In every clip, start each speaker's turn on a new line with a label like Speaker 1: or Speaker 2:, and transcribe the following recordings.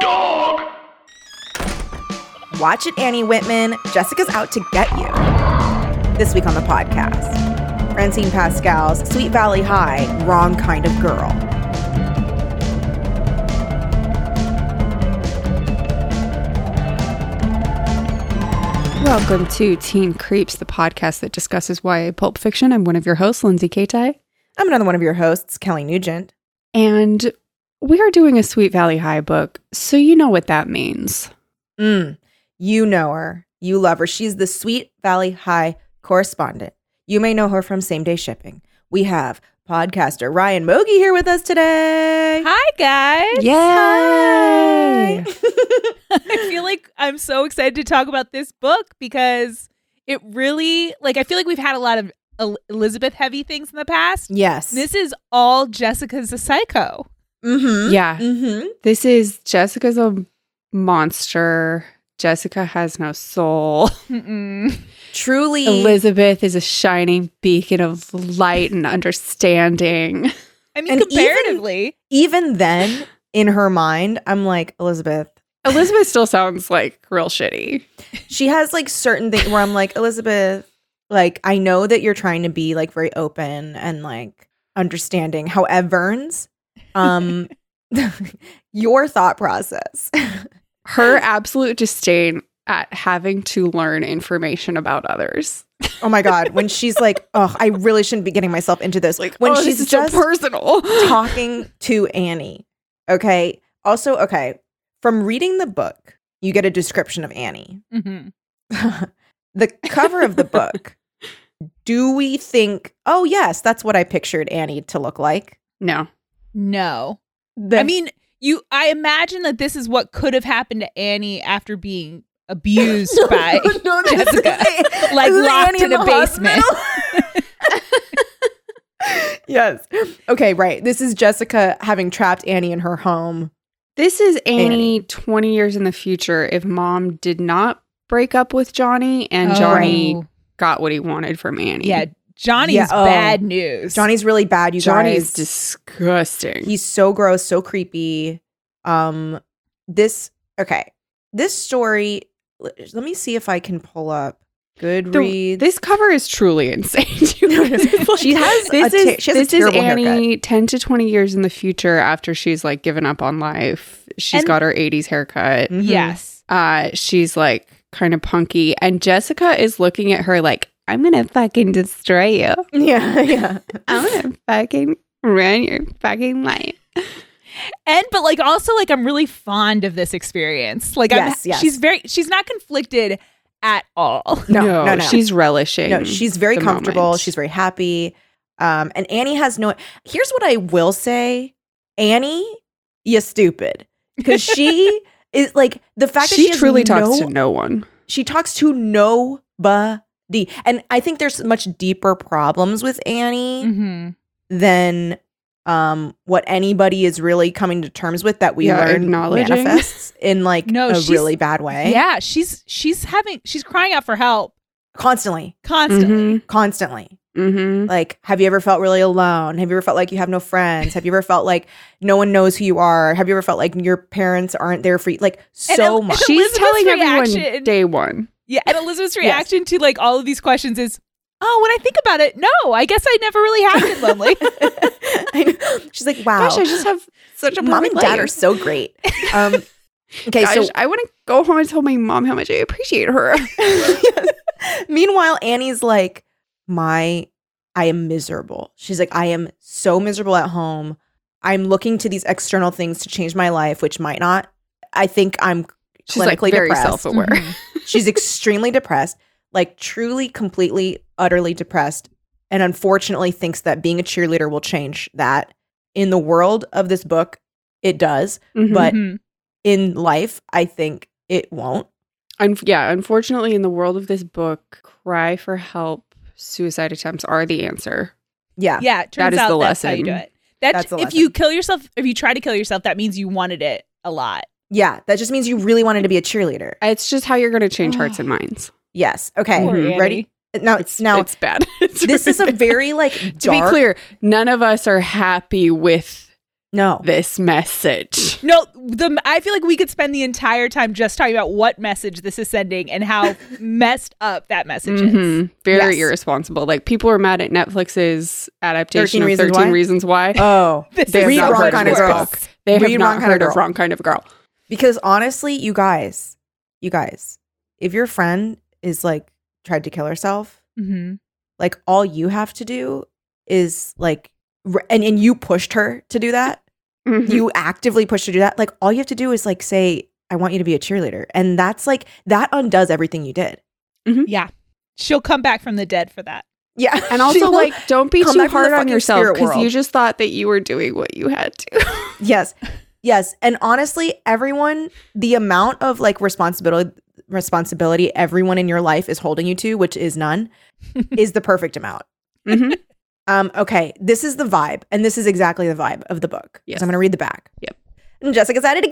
Speaker 1: Dog.
Speaker 2: Watch it, Annie Whitman. Jessica's out to get you. This week on the podcast, Francine Pascal's Sweet Valley High, Wrong Kind of Girl.
Speaker 3: Welcome to Teen Creeps, the podcast that discusses YA pulp fiction. I'm one of your hosts, Lindsay Kaitai,
Speaker 2: I'm another one of your hosts, Kelly Nugent.
Speaker 3: and we are doing a Sweet Valley High book, so you know what that means.
Speaker 2: Mm, you know her. You love her. She's the Sweet Valley High correspondent. You may know her from Same Day Shipping. We have podcaster Ryan Mogi here with us today.
Speaker 4: Hi guys.
Speaker 3: Yay!
Speaker 4: I feel like I'm so excited to talk about this book because it really like I feel like we've had a lot of El- Elizabeth heavy things in the past.
Speaker 2: Yes.
Speaker 4: This is all Jessica's a psycho.
Speaker 2: Mm-hmm.
Speaker 3: Yeah,
Speaker 2: Mm-hmm.
Speaker 3: this is Jessica's a monster. Jessica has no soul.
Speaker 4: Mm-mm.
Speaker 2: Truly.
Speaker 3: Elizabeth is a shining beacon of light and understanding.
Speaker 4: I mean
Speaker 2: And even-
Speaker 4: comparatively,
Speaker 2: even then, in her mind, I'm like, Elizabeth,
Speaker 3: Elizabeth still sounds like real shitty.
Speaker 2: she has like certain things where I'm like, Elizabeth, like, I know that you're trying to be like very open and like understanding. However, um, your thought process.
Speaker 3: Her absolute disdain at having to learn information about others.
Speaker 2: Oh my God. When she's like, oh, I really shouldn't be getting myself into this. Like, when
Speaker 3: oh,
Speaker 2: she's
Speaker 3: this is
Speaker 2: just
Speaker 3: so personal.
Speaker 2: talking to Annie. Okay. Also, okay. From reading the book, you get a description of Annie.
Speaker 4: Mhm.
Speaker 2: the cover of the book, do we think, oh, yes, that's what I pictured Annie to look like?
Speaker 3: no.
Speaker 4: no. I
Speaker 2: Then-
Speaker 4: mean, you I imagine that this is what could have happened to Annie after being abused by
Speaker 2: no, this is
Speaker 4: Jessica,
Speaker 2: A-
Speaker 4: like
Speaker 2: this is
Speaker 4: locked
Speaker 2: Annie
Speaker 4: in a
Speaker 2: the
Speaker 4: basement.
Speaker 2: hospital. yes. Okay, right. This is Jessica having trapped Annie in her home.
Speaker 3: This is Annie,
Speaker 2: Annie.
Speaker 3: 20 years in the future if mom did not break up with Johnny and Johnny
Speaker 4: Oh.
Speaker 3: got what he wanted from Annie.
Speaker 4: Yeah, Johnny's
Speaker 2: Yeah, oh.
Speaker 4: bad news.
Speaker 2: Johnny's really bad, you
Speaker 3: Johnny's
Speaker 2: guys.
Speaker 3: disgusting.
Speaker 2: He's so gross, so creepy. Um, this okay. This story. l- Let me see if I can pull up
Speaker 3: The-
Speaker 2: Goodreads.
Speaker 3: this cover is truly insane.
Speaker 2: She has a
Speaker 3: this
Speaker 2: ter-
Speaker 3: is
Speaker 2: she has a
Speaker 3: this is
Speaker 2: terrible
Speaker 3: Annie
Speaker 2: haircut.
Speaker 3: ten to twenty years in the future after she's like given up on life. She's
Speaker 4: And-
Speaker 3: got her eighties haircut.
Speaker 2: Mhm.
Speaker 4: yes.
Speaker 3: Uh, she's like kind of punky, and Jessica is looking at her like, "I'm gonna fucking destroy you.
Speaker 2: Mm-hmm. Yeah, yeah.
Speaker 3: I'm gonna fucking ruin your fucking life."
Speaker 4: and but like also like I'm really fond of this experience. Like I'm,
Speaker 2: Yes, yes.
Speaker 4: she's very she's not conflicted at all.
Speaker 2: No, no, no.
Speaker 3: she's relishing.
Speaker 2: no, she's very
Speaker 3: the
Speaker 2: comfortable.
Speaker 3: moment.
Speaker 2: She's very happy. Um, and Annie has no. Here's what I will say, Annie, you stupid, because she is like the fact that
Speaker 3: she
Speaker 2: she has
Speaker 3: truly
Speaker 2: no,
Speaker 3: talks to no one.
Speaker 2: She talks to nobody, and I think there's much deeper problems with Annie
Speaker 3: Mm.
Speaker 4: Mm-hmm.
Speaker 2: than um what anybody is really coming to terms with that we
Speaker 3: Yeah,
Speaker 2: learn
Speaker 3: acknowledging.
Speaker 2: manifests in like
Speaker 4: No,
Speaker 2: a
Speaker 4: she's-
Speaker 2: really bad way.
Speaker 4: Yeah, she's she's having she's crying out for help
Speaker 2: Constantly.
Speaker 4: constantly.
Speaker 2: Constantly.
Speaker 3: Mm-hmm.
Speaker 2: Like, have you ever felt really alone? Have you ever felt like you have no friends? Have you ever felt like no one knows who you are? Have you ever felt like your parents aren't there for you? Like so
Speaker 4: El-
Speaker 2: much.
Speaker 4: Elizabeth's
Speaker 3: She's telling everyone
Speaker 4: reaction-
Speaker 3: day one.
Speaker 4: Yeah, and Elizabeth's reaction to like all of these questions is, "Oh, when I think about it, no, I guess I never really have been lonely."
Speaker 2: I know. She's like, wow,
Speaker 3: Gosh, I just have such a
Speaker 2: mom and
Speaker 3: perfect
Speaker 2: dad
Speaker 3: life.
Speaker 2: are so great. Um, okay,
Speaker 3: Gosh,
Speaker 2: so
Speaker 3: I want to go home and tell my mom how much I appreciate her.
Speaker 2: Meanwhile, Annie's like, my, I am miserable. She's like, I am so miserable at home. I'm looking to these external things to change my life, which might not. I think I'm
Speaker 3: She's like
Speaker 2: Clinically
Speaker 3: very
Speaker 2: depressed.
Speaker 3: self-aware.
Speaker 4: Mhm.
Speaker 2: She's extremely depressed, like truly, completely, utterly depressed, and unfortunately thinks that being a cheerleader will change that. In the world of this book, it does,
Speaker 3: Mhm.
Speaker 2: but
Speaker 4: Mhm.
Speaker 2: in life, I think it won't.
Speaker 3: Un- yeah, unfortunately, in the world of this book, cry for help, suicide attempts are the answer.
Speaker 2: Yeah.
Speaker 4: Yeah, it turns
Speaker 3: That is
Speaker 4: out
Speaker 3: the
Speaker 4: that's how you
Speaker 3: lesson.
Speaker 4: do it. That,
Speaker 2: That's the
Speaker 4: if you kill yourself, if you try to kill yourself, that means you wanted it a lot.
Speaker 2: Yeah. That just means you really wanted to be a cheerleader.
Speaker 3: It's just how you're going to change hearts and minds.
Speaker 2: Yes. Okay.
Speaker 3: Poor
Speaker 4: Annie.
Speaker 2: Mm-hmm. Ready? Now, it's, now
Speaker 3: it's bad. It's
Speaker 2: this
Speaker 3: really
Speaker 2: is a
Speaker 3: bad.
Speaker 2: very like
Speaker 3: to be
Speaker 2: dark-
Speaker 3: clear, none of us are happy with
Speaker 2: No.
Speaker 3: this message.
Speaker 4: No, the I feel like we could spend the entire time just talking about what message this is sending and how messed up that message
Speaker 2: Mm-hmm.
Speaker 4: is.
Speaker 3: Mhm. Very
Speaker 2: Yes.
Speaker 3: irresistible. Like people are mad at Netflix's adaptation
Speaker 2: 13
Speaker 3: of
Speaker 2: Reasons
Speaker 3: 13
Speaker 2: Why?
Speaker 3: Reasons Why.
Speaker 2: Oh.
Speaker 4: This
Speaker 3: They
Speaker 4: is
Speaker 3: have
Speaker 2: Read
Speaker 4: so
Speaker 3: not
Speaker 2: Wrong
Speaker 3: heard
Speaker 4: much
Speaker 2: Kind
Speaker 3: of
Speaker 2: of
Speaker 3: this
Speaker 4: worse.
Speaker 2: Girl.
Speaker 3: book. They have
Speaker 2: Read Wrong
Speaker 3: not
Speaker 2: Kind of
Speaker 3: heard of
Speaker 2: Girl.
Speaker 3: Wrong Kind of Girl.
Speaker 2: Because honestly, you guys, you guys, if your friend is like tried to kill herself,
Speaker 4: Mhm.
Speaker 2: like all you have to do is like, r- and, and you pushed her to do that.
Speaker 3: Mhm.
Speaker 2: you actively push to do that like all you have to do is like say i want you to be a cheerleader and that's like that undoes everything you did
Speaker 4: Yeah, she'll come back from the dead for that.
Speaker 2: yeah
Speaker 3: and also, like, don't be
Speaker 2: come
Speaker 3: too
Speaker 2: back from the
Speaker 3: hard on
Speaker 2: fucking
Speaker 3: yourself
Speaker 2: spirit
Speaker 3: because you
Speaker 2: world.
Speaker 3: just thought that you were doing what you had to.
Speaker 2: yes yes and honestly everyone the amount of like responsibility responsibility everyone in your life is holding you to which is none is the perfect amount
Speaker 3: Mhm.
Speaker 2: um okay this is the vibe and this is exactly the vibe of the book
Speaker 3: Yes.
Speaker 2: so i'm gonna read the back
Speaker 3: Yep.
Speaker 2: and jessica's at it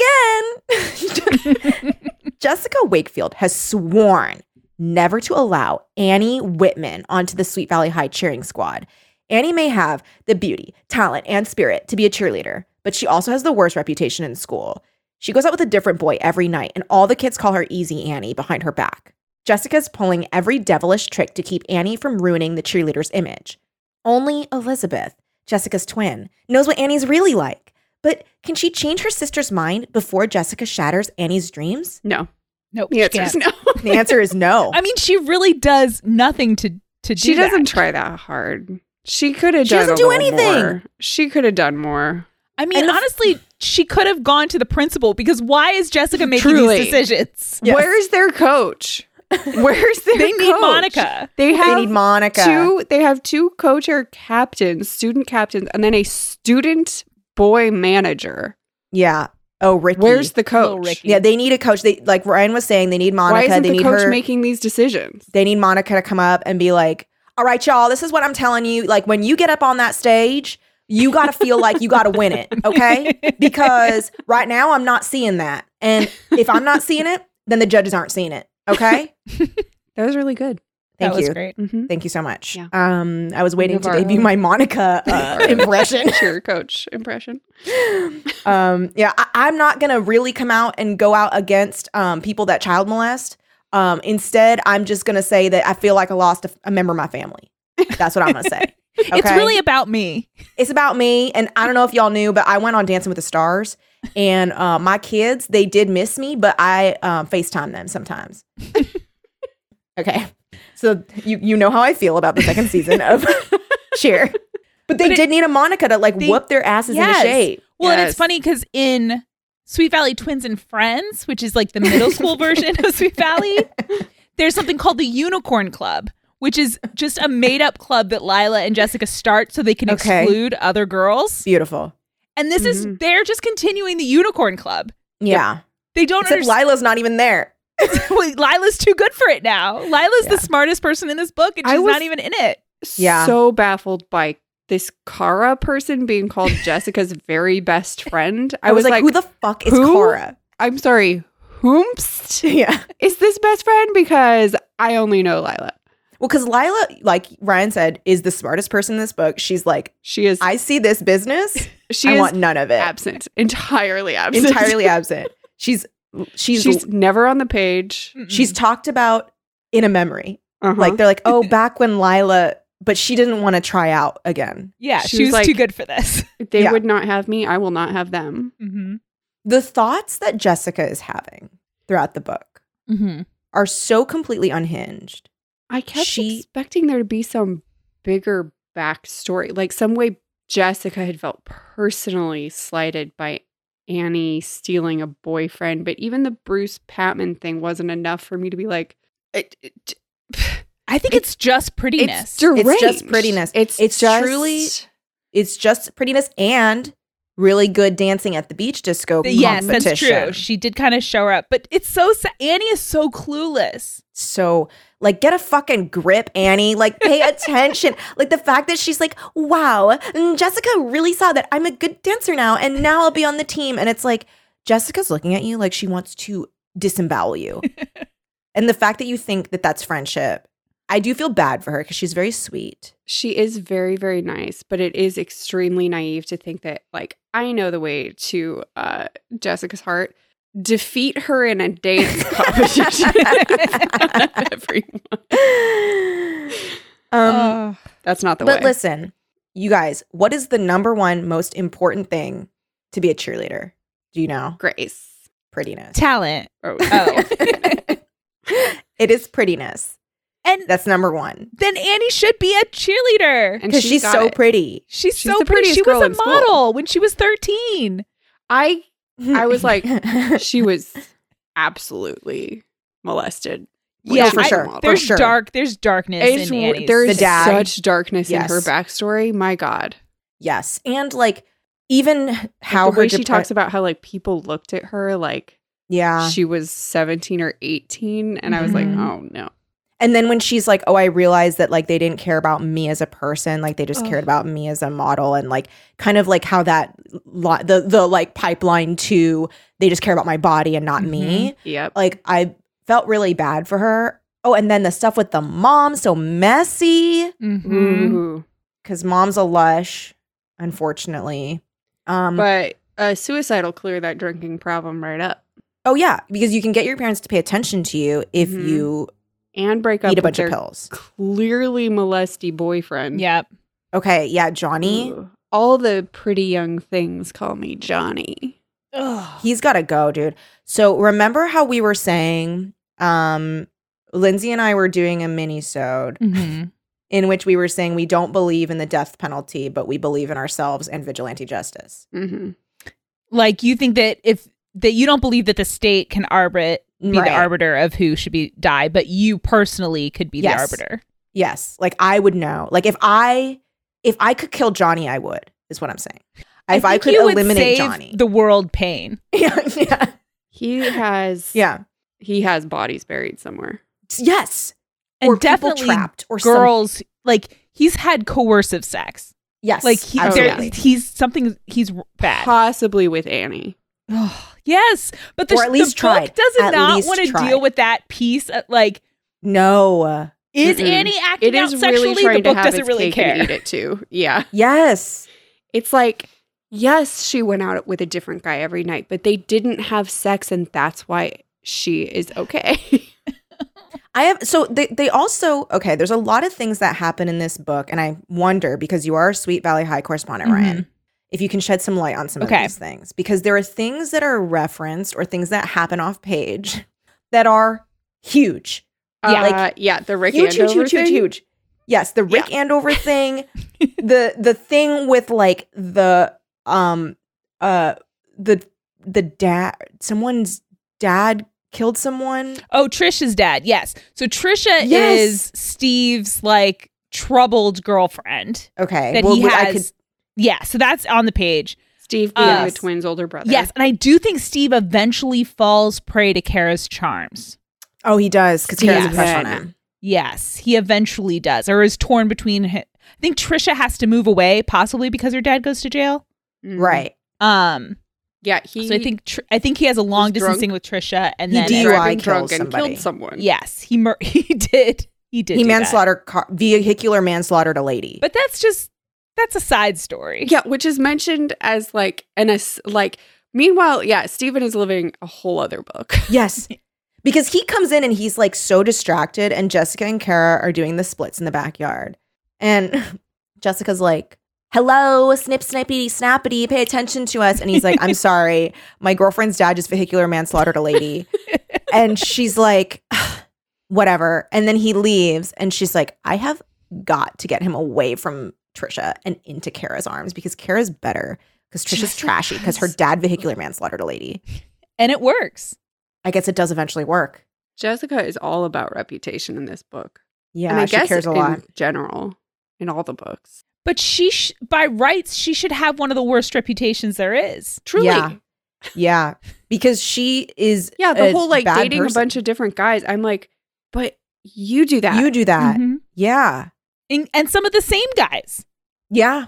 Speaker 2: again jessica wakefield has sworn never to allow Annie Whitman onto the Sweet Valley High cheering squad. Annie may have the beauty, talent, and spirit to be a cheerleader, but she also has the worst reputation in school. She goes out with a different boy every night, and all the kids call her Easy Annie behind her back. Jessica's pulling every devilish trick to keep Annie from ruining the cheerleader's image. Only Elizabeth, Jessica's twin, knows what Annie's really like. But can she change her sister's mind before Jessica shatters Annie's dreams?
Speaker 3: No,
Speaker 4: Nope.
Speaker 3: the answer is no.
Speaker 2: The answer is no.
Speaker 4: I mean, she really does nothing to to do.
Speaker 3: She doesn't
Speaker 4: that.
Speaker 3: try that hard. She could have
Speaker 2: She
Speaker 3: done.
Speaker 2: doesn't
Speaker 3: a
Speaker 2: do
Speaker 3: little
Speaker 2: anything.
Speaker 3: more. She could have done more.
Speaker 4: I mean,
Speaker 2: And the f-
Speaker 4: honestly, she could have gone to the principal because why is Jessica making
Speaker 3: Truly.
Speaker 4: these decisions?
Speaker 2: Yes.
Speaker 3: Where's their coach? Where's their
Speaker 4: They need
Speaker 3: coach?
Speaker 4: Monica.
Speaker 3: They
Speaker 2: they
Speaker 3: have
Speaker 2: need Monica.
Speaker 3: two. They have two co-chair captains, student captains, and then a student boy manager.
Speaker 2: Yeah. Oh, Ricky.
Speaker 3: Where's the
Speaker 4: Little
Speaker 3: coach?
Speaker 4: Ricky.
Speaker 2: yeah? They need a coach. They like Ryan was saying. They need
Speaker 3: Why
Speaker 2: Monica.
Speaker 3: isn't
Speaker 2: They
Speaker 3: the
Speaker 2: need
Speaker 3: coach
Speaker 2: her.
Speaker 3: making these decisions?
Speaker 2: they need Monica to come up and be like, "All right, y'all. This is what I'm telling you. Like when you get up on that stage, you got to feel like you got to win it, okay? Because right now I'm not seeing that, and if I'm not seeing it, then the judges aren't seeing it, okay?
Speaker 3: That was really good.
Speaker 4: that
Speaker 2: Thank
Speaker 4: was
Speaker 2: you.
Speaker 4: great.
Speaker 3: Mm-hmm.
Speaker 2: Thank you so much.
Speaker 3: Yeah.
Speaker 2: Um, I was waiting to
Speaker 3: Navarro.
Speaker 2: debut my Monica uh, impression.
Speaker 3: Cheer coach impression.
Speaker 2: um, yeah, I, I'm not gonna really come out and go out against um, people that child molest. Um, instead, I'm just gonna say that I feel like I lost a, a member of my family. That's what I'm gonna say.
Speaker 4: It's
Speaker 2: Okay.
Speaker 4: really about me.
Speaker 2: It's about me, and I don't know if y'all knew, but I went on Dancing with the Stars, and uh, my kids they did miss me, but I um, Facetime them sometimes. okay, so you you know how I feel about the second season of Cheer, but they
Speaker 4: But it-
Speaker 2: did need a Monica to like
Speaker 4: They-
Speaker 2: whoop their asses
Speaker 4: Yes.
Speaker 2: into shape.
Speaker 4: Well, and it's
Speaker 3: Yes.
Speaker 4: funny because in Sweet Valley Twins and Friends, which is like the middle school version of Sweet Valley, there's something called the Unicorn Club, which is just a made up club that Lila and Jessica start so they can
Speaker 2: Okay.
Speaker 4: exclude other girls.
Speaker 2: Beautiful.
Speaker 4: And this is,
Speaker 3: Mhm.
Speaker 4: they're just continuing the Unicorn Club.
Speaker 2: Yeah.
Speaker 4: They don't
Speaker 2: Except
Speaker 4: understand.
Speaker 2: Lila's not even there.
Speaker 4: Wait, Lila's too good for it now. Lila's
Speaker 2: Yeah.
Speaker 4: the smartest person in this book, and
Speaker 3: I
Speaker 4: she's
Speaker 3: was-
Speaker 4: not even in it.
Speaker 2: Yeah.
Speaker 3: So baffled by this Kara person being called Jessica's very best friend.
Speaker 2: I was, like, who the fuck is
Speaker 3: who?
Speaker 2: Cora?
Speaker 3: I'm sorry, whomst
Speaker 2: Yeah.
Speaker 3: is this best friend? Because I only know Lila.
Speaker 2: Well, because Lila, like Ryan said, is the smartest person in this book. She's like,
Speaker 3: She is.
Speaker 2: I see this business.
Speaker 3: she
Speaker 2: I
Speaker 3: is
Speaker 2: want none of it.
Speaker 3: absent, entirely absent,
Speaker 2: Entirely absent. She's she's
Speaker 3: She's,
Speaker 2: she's,
Speaker 3: never on the page.
Speaker 4: Mm-mm.
Speaker 2: talked about in a memory.
Speaker 3: Uh-huh.
Speaker 2: Like they're like, oh, back when Lila, but she didn't want to try out again.
Speaker 4: yeah,
Speaker 3: she
Speaker 4: she
Speaker 3: was
Speaker 4: was too
Speaker 3: like-
Speaker 4: good for this.
Speaker 3: they
Speaker 2: yeah.
Speaker 3: would not have me. I will not have them.
Speaker 4: Mm-hmm.
Speaker 2: The thoughts that Jessica is having throughout the book
Speaker 4: Mm-hmm.
Speaker 2: are so completely unhinged.
Speaker 3: I kept
Speaker 2: She-
Speaker 3: expecting there to be some bigger backstory, like some way Jessica had felt personally slighted by Annie stealing a boyfriend. But even the Bruce Patman thing wasn't enough for me to be like, it, it-
Speaker 4: I think it's, just prettiness.
Speaker 3: it's deranged.
Speaker 2: It's just prettiness.
Speaker 3: It's,
Speaker 2: It's
Speaker 3: just
Speaker 2: truly- It's just prettiness and really good dancing at the beach disco
Speaker 4: Th- Yes,
Speaker 2: competition.
Speaker 4: that's true. She did kind of show her up, but it's so sad. Annie is so clueless.
Speaker 2: so like get a fucking grip, Annie. Like pay attention. Like the fact that she's like, wow, mm, Jessica really saw that I'm a good dancer now, and now I'll be on the team. And it's like Jessica's looking at you like she wants to disembowel you. and the fact that you think that that's friendship, I do feel bad for her because she's very sweet.
Speaker 3: She is very, very nice, but it is extremely naive to think that, like, I know the way to uh, Jessica's heart. Defeat her in a dance competition. Everyone.
Speaker 2: Um,
Speaker 4: Ugh.
Speaker 3: That's not Oh, the
Speaker 2: but
Speaker 3: way.
Speaker 2: listen, you guys, what is the number one most important thing to be a cheerleader? Do you know?
Speaker 3: Grace.
Speaker 2: Prettiness.
Speaker 4: talent.
Speaker 3: Oh,
Speaker 4: Oh.
Speaker 2: It is prettiness.
Speaker 4: and
Speaker 2: That's number one.
Speaker 4: then Annie should be a cheerleader.
Speaker 3: and
Speaker 2: Because she's
Speaker 3: got
Speaker 2: so
Speaker 3: it.
Speaker 2: pretty.
Speaker 4: She's,
Speaker 3: She's
Speaker 4: so
Speaker 3: the
Speaker 4: pretty.
Speaker 3: prettiest
Speaker 4: She
Speaker 3: girl
Speaker 4: was a
Speaker 3: in school.
Speaker 4: model when she was 13.
Speaker 3: I I was like, she was absolutely molested. when
Speaker 4: Yeah,
Speaker 3: she was
Speaker 4: I-
Speaker 3: a
Speaker 2: sure.
Speaker 3: model.
Speaker 4: There's
Speaker 2: sure.
Speaker 4: dark. There's darkness
Speaker 3: It's
Speaker 4: in
Speaker 3: wor-
Speaker 4: Annie's.
Speaker 3: there's
Speaker 2: The dad.
Speaker 3: such darkness
Speaker 2: Yes.
Speaker 3: in her backstory. My God,
Speaker 2: yes. And like, even how
Speaker 3: Like, the
Speaker 2: her
Speaker 3: way she
Speaker 2: depre-
Speaker 3: talks about how like people looked at her like
Speaker 2: Yeah.
Speaker 3: she was 17 or 18, and I was like,
Speaker 2: Mhm.
Speaker 3: oh no,
Speaker 2: And then when she's like, oh, I realized that like they didn't care about me as a person, like they just
Speaker 4: Ugh.
Speaker 2: cared about me as a model, and like kind of like how that lo- the the like pipeline to they just care about my body and not me.
Speaker 3: yep,
Speaker 2: Like I felt really bad for her. Oh, and then the stuff with the mom, so messy
Speaker 4: Mhm.
Speaker 2: Mm-hmm.
Speaker 3: Ooh.
Speaker 2: because mom's a lush, unfortunately. Um,
Speaker 3: but uh, suicide will clear that drinking problem right up
Speaker 2: oh yeah, because you can get your parents to pay attention to you if
Speaker 4: Mm-hmm.
Speaker 3: Mhm.
Speaker 2: you
Speaker 3: and break up
Speaker 2: eat a
Speaker 3: with
Speaker 2: bunch
Speaker 3: their
Speaker 2: of pills.
Speaker 3: Clearly molesty boyfriend.
Speaker 4: Yep.
Speaker 2: Okay, yeah, Johnny,
Speaker 3: Ooh. All the pretty young things call me Johnny.
Speaker 2: he's got to go, dude. So remember how we were saying, um, Lindsay and I were doing a mini sode
Speaker 4: Mhm.
Speaker 2: in which we were saying we don't believe in the death penalty, but we believe in ourselves and vigilante justice.
Speaker 3: Mhm.
Speaker 4: Like you think that if that you don't believe that the state can arbit be the arbiter of who should be die, but you personally could be
Speaker 2: Yes.
Speaker 4: the arbiter.
Speaker 2: Yes. Like I would know. Like if I if I could kill Johnny, I would, is what I'm saying. If I,
Speaker 4: think
Speaker 2: could
Speaker 4: you would
Speaker 2: eliminate
Speaker 4: save
Speaker 2: Johnny.
Speaker 4: the world pain.
Speaker 2: yeah, yeah.
Speaker 3: He has
Speaker 2: Yeah.
Speaker 3: he has bodies buried somewhere.
Speaker 2: Yes.
Speaker 4: And
Speaker 2: or people
Speaker 4: definitely
Speaker 2: trapped or some-
Speaker 4: girls like he's had coercive sex.
Speaker 2: yes.
Speaker 4: Like he,
Speaker 3: Oh,
Speaker 4: there,
Speaker 2: absolutely.
Speaker 4: he's something he's r- bad.
Speaker 3: Possibly with Annie.
Speaker 4: yes, but the,
Speaker 2: Or at least
Speaker 4: the book
Speaker 2: tried.
Speaker 4: does
Speaker 2: At
Speaker 4: not
Speaker 2: least
Speaker 4: want to
Speaker 2: tried.
Speaker 4: deal with that piece. Of, like,
Speaker 2: No.
Speaker 4: is
Speaker 3: Mm-mm.
Speaker 4: Annie acting
Speaker 3: It is
Speaker 4: out
Speaker 3: really
Speaker 4: sexually?
Speaker 3: trying
Speaker 4: the book
Speaker 3: to have
Speaker 4: doesn't
Speaker 3: its
Speaker 4: really
Speaker 3: cake and eat
Speaker 4: care.
Speaker 3: it too. Yeah,
Speaker 2: Yes.
Speaker 3: it's like yes, she went out with a different guy every night, but they didn't have sex, and that's why she is okay.
Speaker 2: I have so they they also okay, there's a lot of things that happen in this book, and I wonder because you are a Sweet Valley High correspondent,
Speaker 4: Mhm.
Speaker 2: Ryan, if you can shed some light on some
Speaker 4: Okay.
Speaker 2: of these things. Because there are things that are referenced or things that happen off page that are huge.
Speaker 4: Yeah.
Speaker 3: uh, yeah, the Rick
Speaker 2: huge, huge,
Speaker 3: Andover
Speaker 2: huge, huge,
Speaker 3: thing.
Speaker 2: huge. Yes, the Rick Andover thing, the the thing with like the um uh the the dad someone's dad killed someone.
Speaker 4: Oh, Trisha's dad. Yes. So Trisha
Speaker 2: Yes.
Speaker 4: is Steve's like troubled girlfriend
Speaker 2: Okay.
Speaker 4: that
Speaker 2: well,
Speaker 4: he
Speaker 2: we-
Speaker 4: has.
Speaker 2: I could
Speaker 4: yeah. So that's on the page.
Speaker 3: Steve being
Speaker 4: Uh,
Speaker 3: the twins' older brother.
Speaker 4: Yes, and I do think Steve eventually falls prey to Kara's charms.
Speaker 2: Oh, he does because Kara's a
Speaker 4: Yes.
Speaker 2: crush on
Speaker 3: Yeah.
Speaker 2: him.
Speaker 4: Yes, he eventually does, or is torn between. hi- I think Trisha has to move away, possibly because her dad goes to jail. Mm-hmm.
Speaker 3: Mhm.
Speaker 2: Right.
Speaker 4: Um,
Speaker 3: Yeah, he.
Speaker 4: so I think tr- I think he has a long
Speaker 3: was
Speaker 4: distancing
Speaker 3: drunk.
Speaker 4: with Trisha, and
Speaker 2: He
Speaker 4: then
Speaker 2: DUI
Speaker 3: driving
Speaker 2: kills
Speaker 3: drunk and
Speaker 2: somebody.
Speaker 3: killed someone.
Speaker 4: yes, he mur- he did he did
Speaker 2: He
Speaker 4: do that.
Speaker 2: manslaughter car- vehicular manslaughtered a lady.
Speaker 4: but that's just that's a side story.
Speaker 3: Yeah, which is mentioned as like an as like. Meanwhile, yeah, Stephen is living a whole other book.
Speaker 2: yes, because he comes in and he's like so distracted, and Jessica and Kara are doing the splits in the backyard, and Jessica's like. Hello, snip, snippity, snappity, pay attention to us. And he's like, I'm sorry, my girlfriend's dad just vehicular manslaughtered a lady. and she's like, whatever. And then he leaves, and she's like, I have got to get him away from Trisha and into Kara's arms because Kara's better because Trisha's
Speaker 4: Jessica
Speaker 2: trashy because her
Speaker 4: has-
Speaker 2: dad vehicular manslaughtered a lady.
Speaker 4: and it works.
Speaker 2: I guess it does eventually work.
Speaker 3: Jessica is all about reputation in this book.
Speaker 2: Yeah,
Speaker 3: and I
Speaker 2: she
Speaker 3: guess
Speaker 2: cares a lot.
Speaker 3: in general in all the books.
Speaker 4: But she, sh- by rights, she should have one of the worst reputations there is.
Speaker 3: Truly.
Speaker 2: Yeah. Yeah, because she is.
Speaker 3: Yeah, the
Speaker 2: a
Speaker 3: whole like
Speaker 2: bad
Speaker 3: dating
Speaker 2: person.
Speaker 3: a bunch of different guys. I'm like, but you do that. Mm-hmm.
Speaker 2: You do that.
Speaker 4: Mhm.
Speaker 2: Yeah,
Speaker 4: And, and some of the same guys.
Speaker 2: yeah.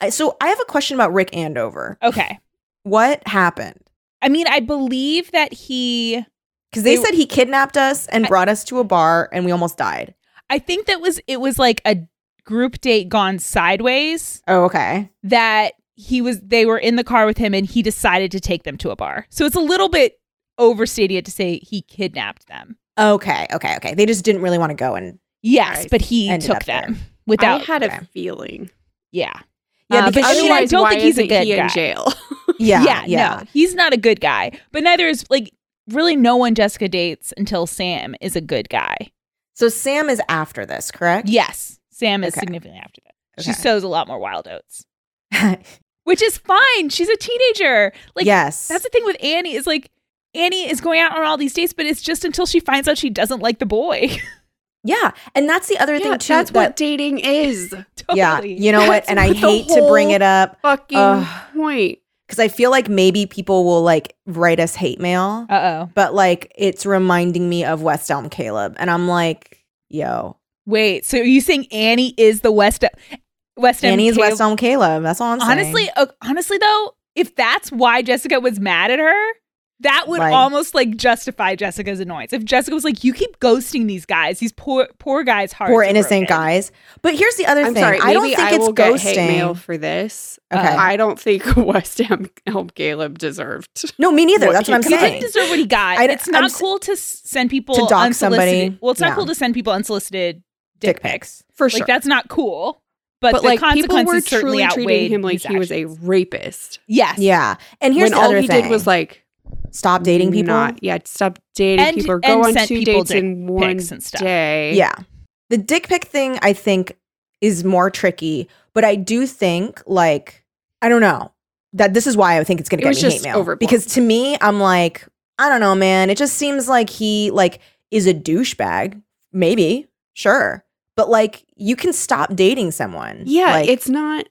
Speaker 2: I- So I have a question about Rick Andover.
Speaker 4: Okay.
Speaker 2: What happened?
Speaker 4: I mean, I believe that he.
Speaker 2: Because they
Speaker 4: They-
Speaker 2: said he kidnapped us and
Speaker 4: I-
Speaker 2: brought us to a bar, and we almost died.
Speaker 4: I think that was it was like a group date gone sideways.
Speaker 2: Oh, okay.
Speaker 4: That he was they were in the car with him and he decided to take them to a bar. So it's a little bit overstated to say he kidnapped them.
Speaker 2: Okay, okay, okay. They just didn't really want to go, and
Speaker 4: Yes,
Speaker 3: Right.
Speaker 4: but he
Speaker 2: Ended
Speaker 4: took
Speaker 2: up there.
Speaker 4: them without.
Speaker 3: I had a
Speaker 2: okay.
Speaker 3: feeling.
Speaker 4: yeah.
Speaker 2: Yeah,
Speaker 4: Uh, but
Speaker 2: because
Speaker 4: I mean, I
Speaker 3: Otherwise,
Speaker 4: don't
Speaker 3: why
Speaker 4: think he's a
Speaker 3: isn't
Speaker 4: good
Speaker 3: he
Speaker 4: guy.
Speaker 3: in jail.
Speaker 2: yeah, yeah,
Speaker 4: yeah, no, he's not a good guy. But neither is like really no one Jessica dates until Sam is a good guy.
Speaker 2: So Sam is after this, correct?
Speaker 4: Yes, Sam is
Speaker 2: Okay.
Speaker 4: significantly after that. She
Speaker 2: Okay.
Speaker 4: sows a lot more wild oats, which is fine. She's a teenager. Like
Speaker 2: yes.
Speaker 4: that's the thing with Annie is like Annie is going out on all these dates, but it's just until she finds out she doesn't like the boy.
Speaker 2: yeah, and that's the other
Speaker 3: Yeah,
Speaker 2: thing too.
Speaker 3: that's
Speaker 2: that-
Speaker 3: what dating is.
Speaker 4: totally.
Speaker 2: Yeah, you know what?
Speaker 3: That's
Speaker 2: And I
Speaker 3: what the
Speaker 2: hate to bring
Speaker 3: whole-
Speaker 2: it up
Speaker 3: Fucking
Speaker 2: Ugh.
Speaker 3: point.
Speaker 2: because I feel like maybe people will like write us hate mail,
Speaker 4: Uh oh.
Speaker 2: but like it's reminding me of West Elm Caleb, and I'm like, yo,
Speaker 4: Wait. So are you saying Annie is the West E, West End?
Speaker 2: Annie is
Speaker 4: Caleb-
Speaker 2: West Elm Caleb. That's all I'm saying.
Speaker 4: Honestly, uh, honestly though, if that's why Jessica was mad at her, that would
Speaker 2: Right.
Speaker 4: almost like justify Jessica's annoyance. If Jessica was like, "You keep ghosting these guys. These poor poor guys hearts.
Speaker 2: poor
Speaker 4: are
Speaker 2: innocent
Speaker 4: broken."
Speaker 2: guys. But here's the other
Speaker 3: I'm
Speaker 2: thing.
Speaker 3: sorry.
Speaker 2: I don't
Speaker 3: maybe
Speaker 2: think
Speaker 3: I
Speaker 2: it's
Speaker 3: will get hate mail
Speaker 2: ghosting.
Speaker 3: for this.
Speaker 2: Okay.
Speaker 4: Uh,
Speaker 3: I don't think West Ham Elm Caleb deserved.
Speaker 2: no, me neither.
Speaker 3: What
Speaker 2: That's
Speaker 3: he
Speaker 2: what I'm
Speaker 3: did.
Speaker 4: He
Speaker 3: Dang.
Speaker 2: saying.
Speaker 4: didn't deserve what he got.
Speaker 2: I-
Speaker 4: it's
Speaker 2: I'm
Speaker 4: not
Speaker 2: s-
Speaker 4: cool to s- send people
Speaker 2: To dock
Speaker 4: unsolicited-
Speaker 2: somebody.
Speaker 4: Well, it's not
Speaker 2: Yeah.
Speaker 4: cool to send people unsolicited dick,
Speaker 2: Dick
Speaker 4: pics.
Speaker 2: pics.
Speaker 3: For
Speaker 4: Like that's not cool. But, the consequences certainly outweighed
Speaker 3: treating him like
Speaker 4: his
Speaker 3: he was a
Speaker 4: actions.
Speaker 3: rapist.
Speaker 4: yes.
Speaker 2: Yeah, and here's the
Speaker 3: when all
Speaker 2: other
Speaker 3: he
Speaker 2: thing.
Speaker 3: did was like
Speaker 2: stop dating people.
Speaker 3: Not, yeah, stop dating
Speaker 4: And-
Speaker 3: people. Or
Speaker 4: and
Speaker 3: go on
Speaker 4: sent
Speaker 3: two
Speaker 4: people
Speaker 3: dates in one
Speaker 4: pics and stuff.
Speaker 3: day.
Speaker 2: Yeah. The dick pic thing, I think, is more tricky, but I do think, like, I don't know that this is why I think it's going
Speaker 3: It
Speaker 2: to get
Speaker 3: was
Speaker 2: me
Speaker 3: just
Speaker 2: hate mail.
Speaker 3: overboard.
Speaker 2: Because to me, I'm like, I don't know, man. It just seems like he like is a douchebag. Maybe, sure, but like, you can stop dating someone.
Speaker 3: yeah.
Speaker 2: like,
Speaker 3: it's not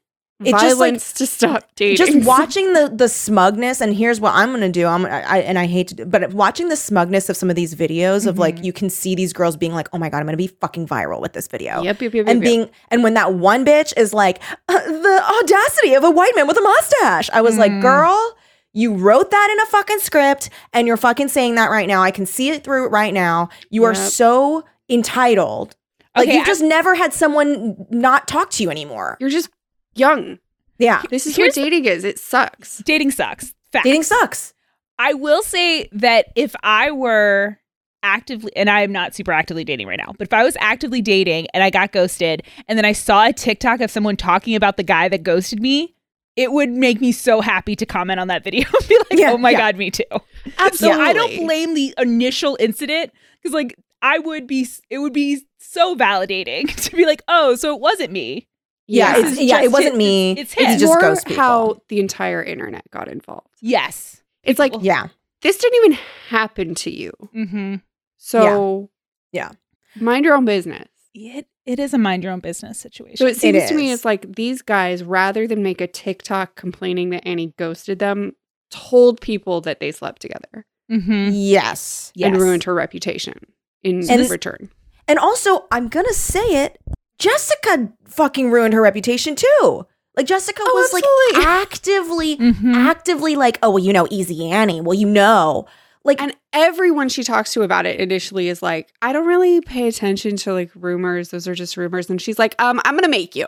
Speaker 2: It just, like-
Speaker 3: violence to stop dating.
Speaker 2: just watching the the smugness and here's what i'm gonna do i'm I, I- and i hate to do, but watching the smugness of some of these videos of like
Speaker 4: Mhm.
Speaker 3: Mm-hmm.
Speaker 2: you can see these girls being like oh my god i'm gonna be fucking viral with this video
Speaker 3: Yep, yep, yep,
Speaker 2: and
Speaker 3: yep,
Speaker 2: being and when that one bitch is like "Uh, the audacity of a white man with a mustache i was
Speaker 4: Mm.
Speaker 2: like girl you wrote that in a fucking script and you're fucking saying that right now i can see it through right now you are
Speaker 3: Yep.
Speaker 2: so entitled like
Speaker 4: Okay,
Speaker 2: you just never had someone not talk to you anymore
Speaker 3: You're just young.
Speaker 2: yeah
Speaker 3: This is
Speaker 4: Here's
Speaker 3: what dating is. It sucks.
Speaker 4: Dating sucks. Fact.
Speaker 2: dating sucks
Speaker 4: I will say that if I were actively and I am not super actively dating right now, but if I was actively dating and I got ghosted and then I saw a TikTok of someone talking about the guy that ghosted me, it would make me so happy to comment on that video and be like,
Speaker 2: Yeah,
Speaker 4: "Oh my
Speaker 2: yeah.
Speaker 4: god, me too." So
Speaker 3: Absolutely.
Speaker 4: I don't blame the initial incident cuz like I would be it would be so validating to be like, "Oh, so it wasn't me."
Speaker 2: Yeah,
Speaker 4: This
Speaker 2: it's-
Speaker 4: is
Speaker 2: yeah, it
Speaker 4: just
Speaker 2: wasn't
Speaker 4: his-
Speaker 2: me.
Speaker 4: It's
Speaker 2: It's
Speaker 4: him.
Speaker 2: just
Speaker 3: Or
Speaker 2: ghost people.
Speaker 3: how the entire internet got involved.
Speaker 4: yes.
Speaker 3: It's like
Speaker 4: People-
Speaker 2: yeah
Speaker 3: this didn't even happen to you.
Speaker 4: Mhm.
Speaker 3: So
Speaker 2: Yeah.
Speaker 3: mind your own business.
Speaker 4: It it is a mind your own business situation.
Speaker 3: So it seems to me
Speaker 2: is.
Speaker 3: it's like these guys, rather than make a TikTok complaining that Annie ghosted them, told people that they slept together
Speaker 4: mhm.
Speaker 2: yes
Speaker 4: Yes.
Speaker 3: and ruined her reputation in
Speaker 2: And this-
Speaker 3: return.
Speaker 2: And also, I'm gonna say it, Jessica fucking ruined her reputation too. Like Jessica
Speaker 3: Oh,
Speaker 2: was like
Speaker 3: absolutely. Mm-hmm.
Speaker 2: actively
Speaker 4: Mhm.
Speaker 2: actively like, oh well, you know, easy Annie. Well, you know. Like
Speaker 3: And everyone she talks to about it initially is like, I don't really pay attention to like rumors. Those are just rumors. And she's like, um, I'm going to make you.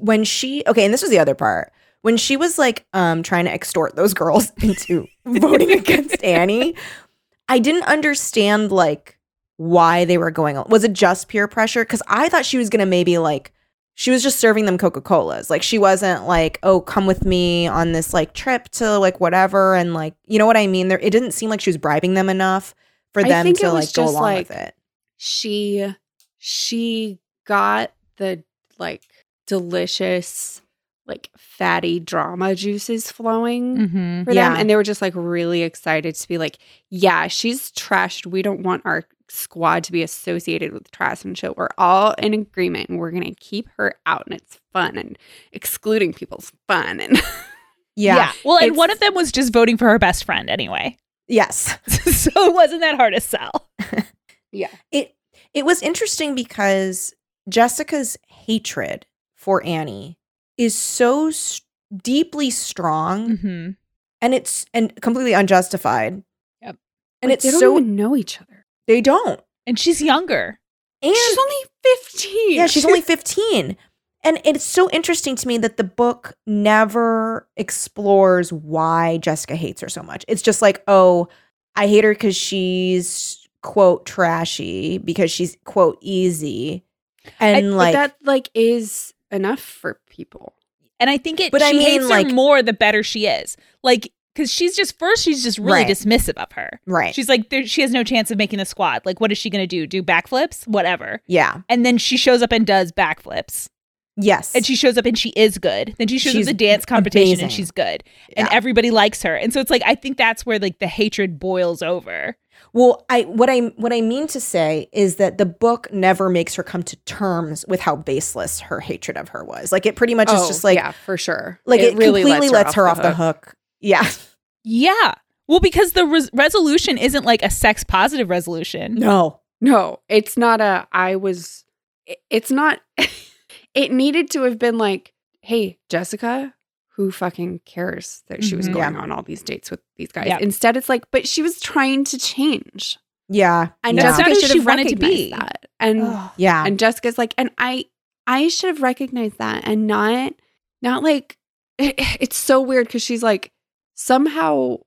Speaker 2: when she okay, and this was the other part. When she was like um trying to extort those girls into voting against Annie, I didn't understand like why they were going was it just peer pressure? Because I thought she was gonna maybe like she was just serving them Coca-Colas. Like she wasn't like, "Oh, come with me on this like trip to like whatever." And like, you know what I mean? There it didn't seem like she was bribing them enough for
Speaker 3: I
Speaker 2: them
Speaker 3: think it
Speaker 2: to
Speaker 3: was
Speaker 2: like go
Speaker 3: just,
Speaker 2: along with
Speaker 3: like,
Speaker 2: it.
Speaker 3: she she got the like delicious like fatty drama juices flowing
Speaker 4: Mm-hmm.
Speaker 3: for
Speaker 2: Yeah.
Speaker 3: them and they were just like really excited to be like yeah she's trashed we don't want our squad to be associated with trash and shit we're all in agreement and we're gonna keep her out and it's fun and excluding people's fun and
Speaker 2: Yeah.
Speaker 4: Well, and
Speaker 3: It's-
Speaker 4: one of them was just voting for her best friend anyway.
Speaker 2: Yes.
Speaker 4: so it wasn't that hard to sell.
Speaker 3: yeah
Speaker 2: It it was interesting because Jessica's hatred for Annie is so s deeply strong
Speaker 3: Mm.
Speaker 4: Mm-hmm.
Speaker 2: and it's and completely unjustified.
Speaker 4: Yep.
Speaker 2: And
Speaker 3: Like,
Speaker 2: it's
Speaker 3: they don't
Speaker 2: so
Speaker 3: even know each other
Speaker 2: they don't.
Speaker 4: And she's younger.
Speaker 2: And
Speaker 3: she's only 15
Speaker 2: yeah, she's only 15. And it's so interesting to me that the book never explores why Jessica hates her so much. It's just like, oh, I hate her because she's quote trashy, because she's quote easy. And
Speaker 3: But
Speaker 2: like
Speaker 3: that like is enough for people
Speaker 4: And I think it
Speaker 2: But
Speaker 4: she
Speaker 2: I mean,
Speaker 4: hates
Speaker 2: like-
Speaker 4: her more the better she is. Like, because she's just first, she's just really
Speaker 2: Right.
Speaker 4: dismissive of her.
Speaker 2: right.
Speaker 4: She's like, there, she has no chance of making the squad. Like, what is she going to do? Do backflips? Whatever.
Speaker 2: yeah.
Speaker 4: And then she shows up and does backflips.
Speaker 2: Yes.
Speaker 4: And she shows up and she is good. Then she shows
Speaker 2: She's
Speaker 4: up the dance competition
Speaker 2: amazing.
Speaker 4: and she's good. And
Speaker 2: Yeah.
Speaker 4: everybody likes her. And so it's like, I think that's where like the hatred boils over.
Speaker 2: Well, I what I what I mean to say is that the book never makes her come to terms with how baseless her hatred of her was. Like it pretty much is
Speaker 3: Oh,
Speaker 2: just like
Speaker 3: yeah for sure
Speaker 2: like it, completely lets her, off, the, hook. Yeah.
Speaker 4: Yeah. Well, because the res- resolution isn't like a sex positive resolution.
Speaker 2: No.
Speaker 3: No, it's not a I was it- it's not it needed to have been like, "Hey, Jessica, who fucking cares that she was
Speaker 4: Mhm.
Speaker 3: going on all these dates with these guys?"
Speaker 4: Yeah.
Speaker 3: Instead, it's like, "But she was trying to change."
Speaker 2: Yeah.
Speaker 3: And
Speaker 2: yeah.
Speaker 4: That's not
Speaker 3: Jessica
Speaker 4: who
Speaker 3: should
Speaker 4: she
Speaker 3: have
Speaker 4: wanted to
Speaker 3: recognized
Speaker 4: be.
Speaker 3: that. And
Speaker 2: yeah.
Speaker 3: and Jessica's like, "And I I should have recognized that and not not like it- it's so weird cuz she's like somehow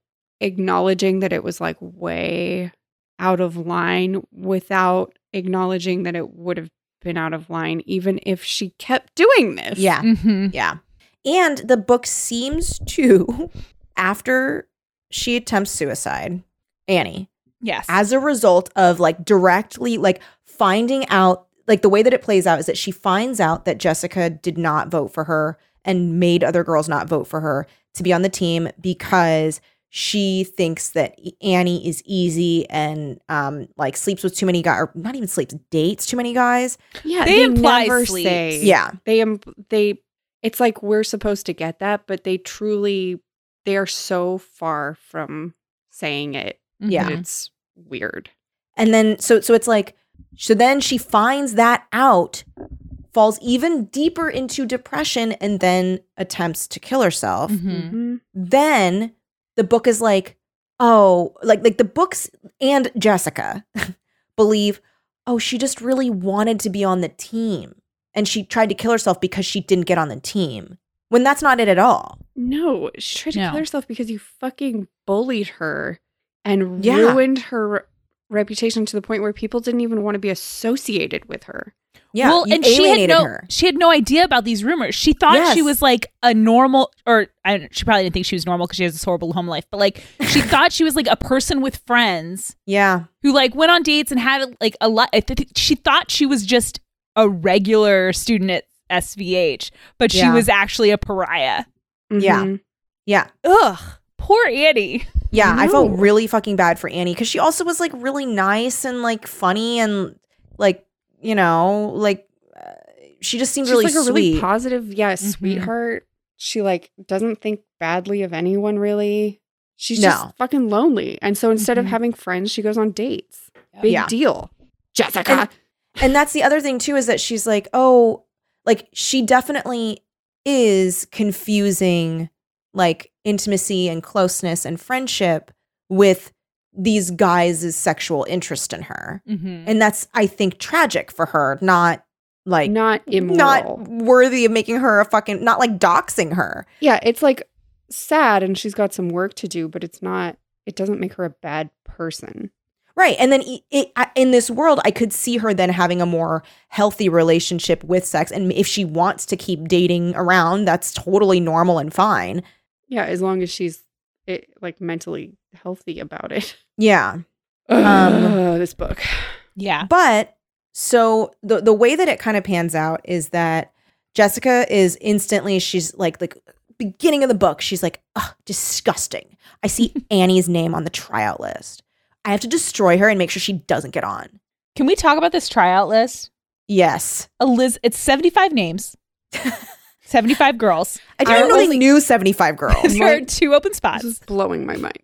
Speaker 3: acknowledging that it was like way out of line without acknowledging that it would have been out of line even if she kept doing this.
Speaker 2: Yeah.
Speaker 4: Mm-hmm.
Speaker 2: Yeah. And the book seems to, after she attempts suicide, Annie,
Speaker 4: Yes.
Speaker 2: as a result of like directly like finding out, like the way that it plays out is that she finds out that Jessica did not vote for her and made other girls not vote for her to be on the team because she thinks that E, Annie is easy and um like sleeps with too many guys or not even sleeps dates too many guys.
Speaker 3: Yeah,
Speaker 4: They
Speaker 3: they,
Speaker 4: imply
Speaker 3: never
Speaker 4: sleep.
Speaker 3: say.
Speaker 2: Yeah.
Speaker 3: They um, they it's like we're supposed to get that, but they truly they are so far from saying it.
Speaker 2: Yeah.
Speaker 3: that It's weird.
Speaker 2: And then so so it's like so then she finds that out, falls even deeper into depression and then attempts to kill herself.
Speaker 3: Mm-hmm.
Speaker 4: Mhm.
Speaker 2: Then the book is like, "Oh, like like the books and Jessica believe, oh, she just really wanted to be on the team and she tried to kill herself because she didn't get on the team." When that's not it at all.
Speaker 3: No, she tried to
Speaker 4: No.
Speaker 3: kill herself because you fucking bullied her and
Speaker 2: Yeah.
Speaker 3: ruined her re- reputation to the point where people didn't even want to be associated with her.
Speaker 2: Yeah,
Speaker 4: well,
Speaker 2: you
Speaker 4: and she had
Speaker 2: alienated
Speaker 4: no
Speaker 2: her.
Speaker 4: she had no idea about these rumors. She thought she
Speaker 2: Yes.
Speaker 4: was like a normal, or I, don't- she probably didn't think she was normal because she has this horrible home life. But like, she thought she was like a person with friends
Speaker 2: Yeah.
Speaker 4: who like went on dates and had like a lot. I think She thought she was just a regular student at SVH, but she
Speaker 2: Yeah.
Speaker 4: was actually a pariah.
Speaker 2: Yeah.
Speaker 3: Mhm.
Speaker 2: Yeah.
Speaker 4: Ugh, poor Annie.
Speaker 2: Yeah, I
Speaker 3: No.
Speaker 2: felt really fucking bad for Annie because she also was like really nice and like funny and like you know like uh, she just seemed
Speaker 3: She's
Speaker 2: really
Speaker 3: like a
Speaker 2: sweet.
Speaker 3: really positive, yeah,
Speaker 4: Mhm.
Speaker 3: sweetheart. She like doesn't think badly of anyone really. She's
Speaker 2: No.
Speaker 3: just fucking lonely. And so instead
Speaker 4: Mhm.
Speaker 3: of having friends, she goes on dates.
Speaker 4: Yeah.
Speaker 3: Big
Speaker 2: Yeah.
Speaker 3: deal. Jessica.
Speaker 2: And- and that's the other thing too is that she's like oh like she definitely is confusing like intimacy and closeness and friendship with these guys' sexual interest in her,
Speaker 4: Mm-hmm.
Speaker 2: and that's I think tragic for her, not like.
Speaker 3: not immoral.
Speaker 2: Not worthy of making her a fucking not like doxing her.
Speaker 3: Yeah, it's like sad and she's got some work to do, but it's not, it doesn't make her a bad person.
Speaker 2: Right. And then e- it, I- in this world, I could see her then having a more healthy relationship with sex. And if she wants to keep dating around, that's totally normal and fine.
Speaker 3: Yeah, as long as she's it, like mentally healthy about it.
Speaker 2: Yeah.
Speaker 3: Ugh, this book.
Speaker 4: Yeah.
Speaker 2: But so the the way that it kind of pans out is that Jessica is instantly she's like like beginning of the book she's like Ugh, disgusting. I see Annie's name on the tryout list. I have to destroy her and make sure she doesn't get on.
Speaker 4: Can we talk about this tryout list?
Speaker 2: Yes,
Speaker 4: Eliz- it's 75 names, 75 girls.
Speaker 2: I didn't
Speaker 4: Our
Speaker 2: know they
Speaker 4: only-
Speaker 2: knew seventy five girls.
Speaker 4: There are two open
Speaker 3: This
Speaker 4: spots.
Speaker 3: is blowing my mind.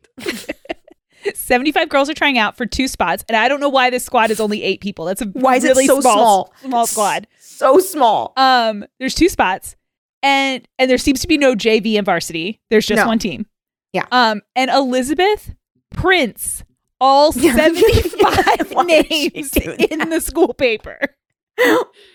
Speaker 4: 75 girls are trying out for two spots. And I don't know why this squad is only eight people. That's a
Speaker 2: Why is
Speaker 4: really
Speaker 2: it so small?
Speaker 4: small squad.
Speaker 2: So small.
Speaker 4: Um, there's two spots, and and there seems to be no JV and varsity. There's just
Speaker 2: No.
Speaker 4: one team.
Speaker 2: Yeah.
Speaker 4: Um, and Elizabeth Prince, all
Speaker 2: Yeah.
Speaker 4: seventy five
Speaker 2: Why did she
Speaker 4: names
Speaker 2: do
Speaker 4: in the school paper.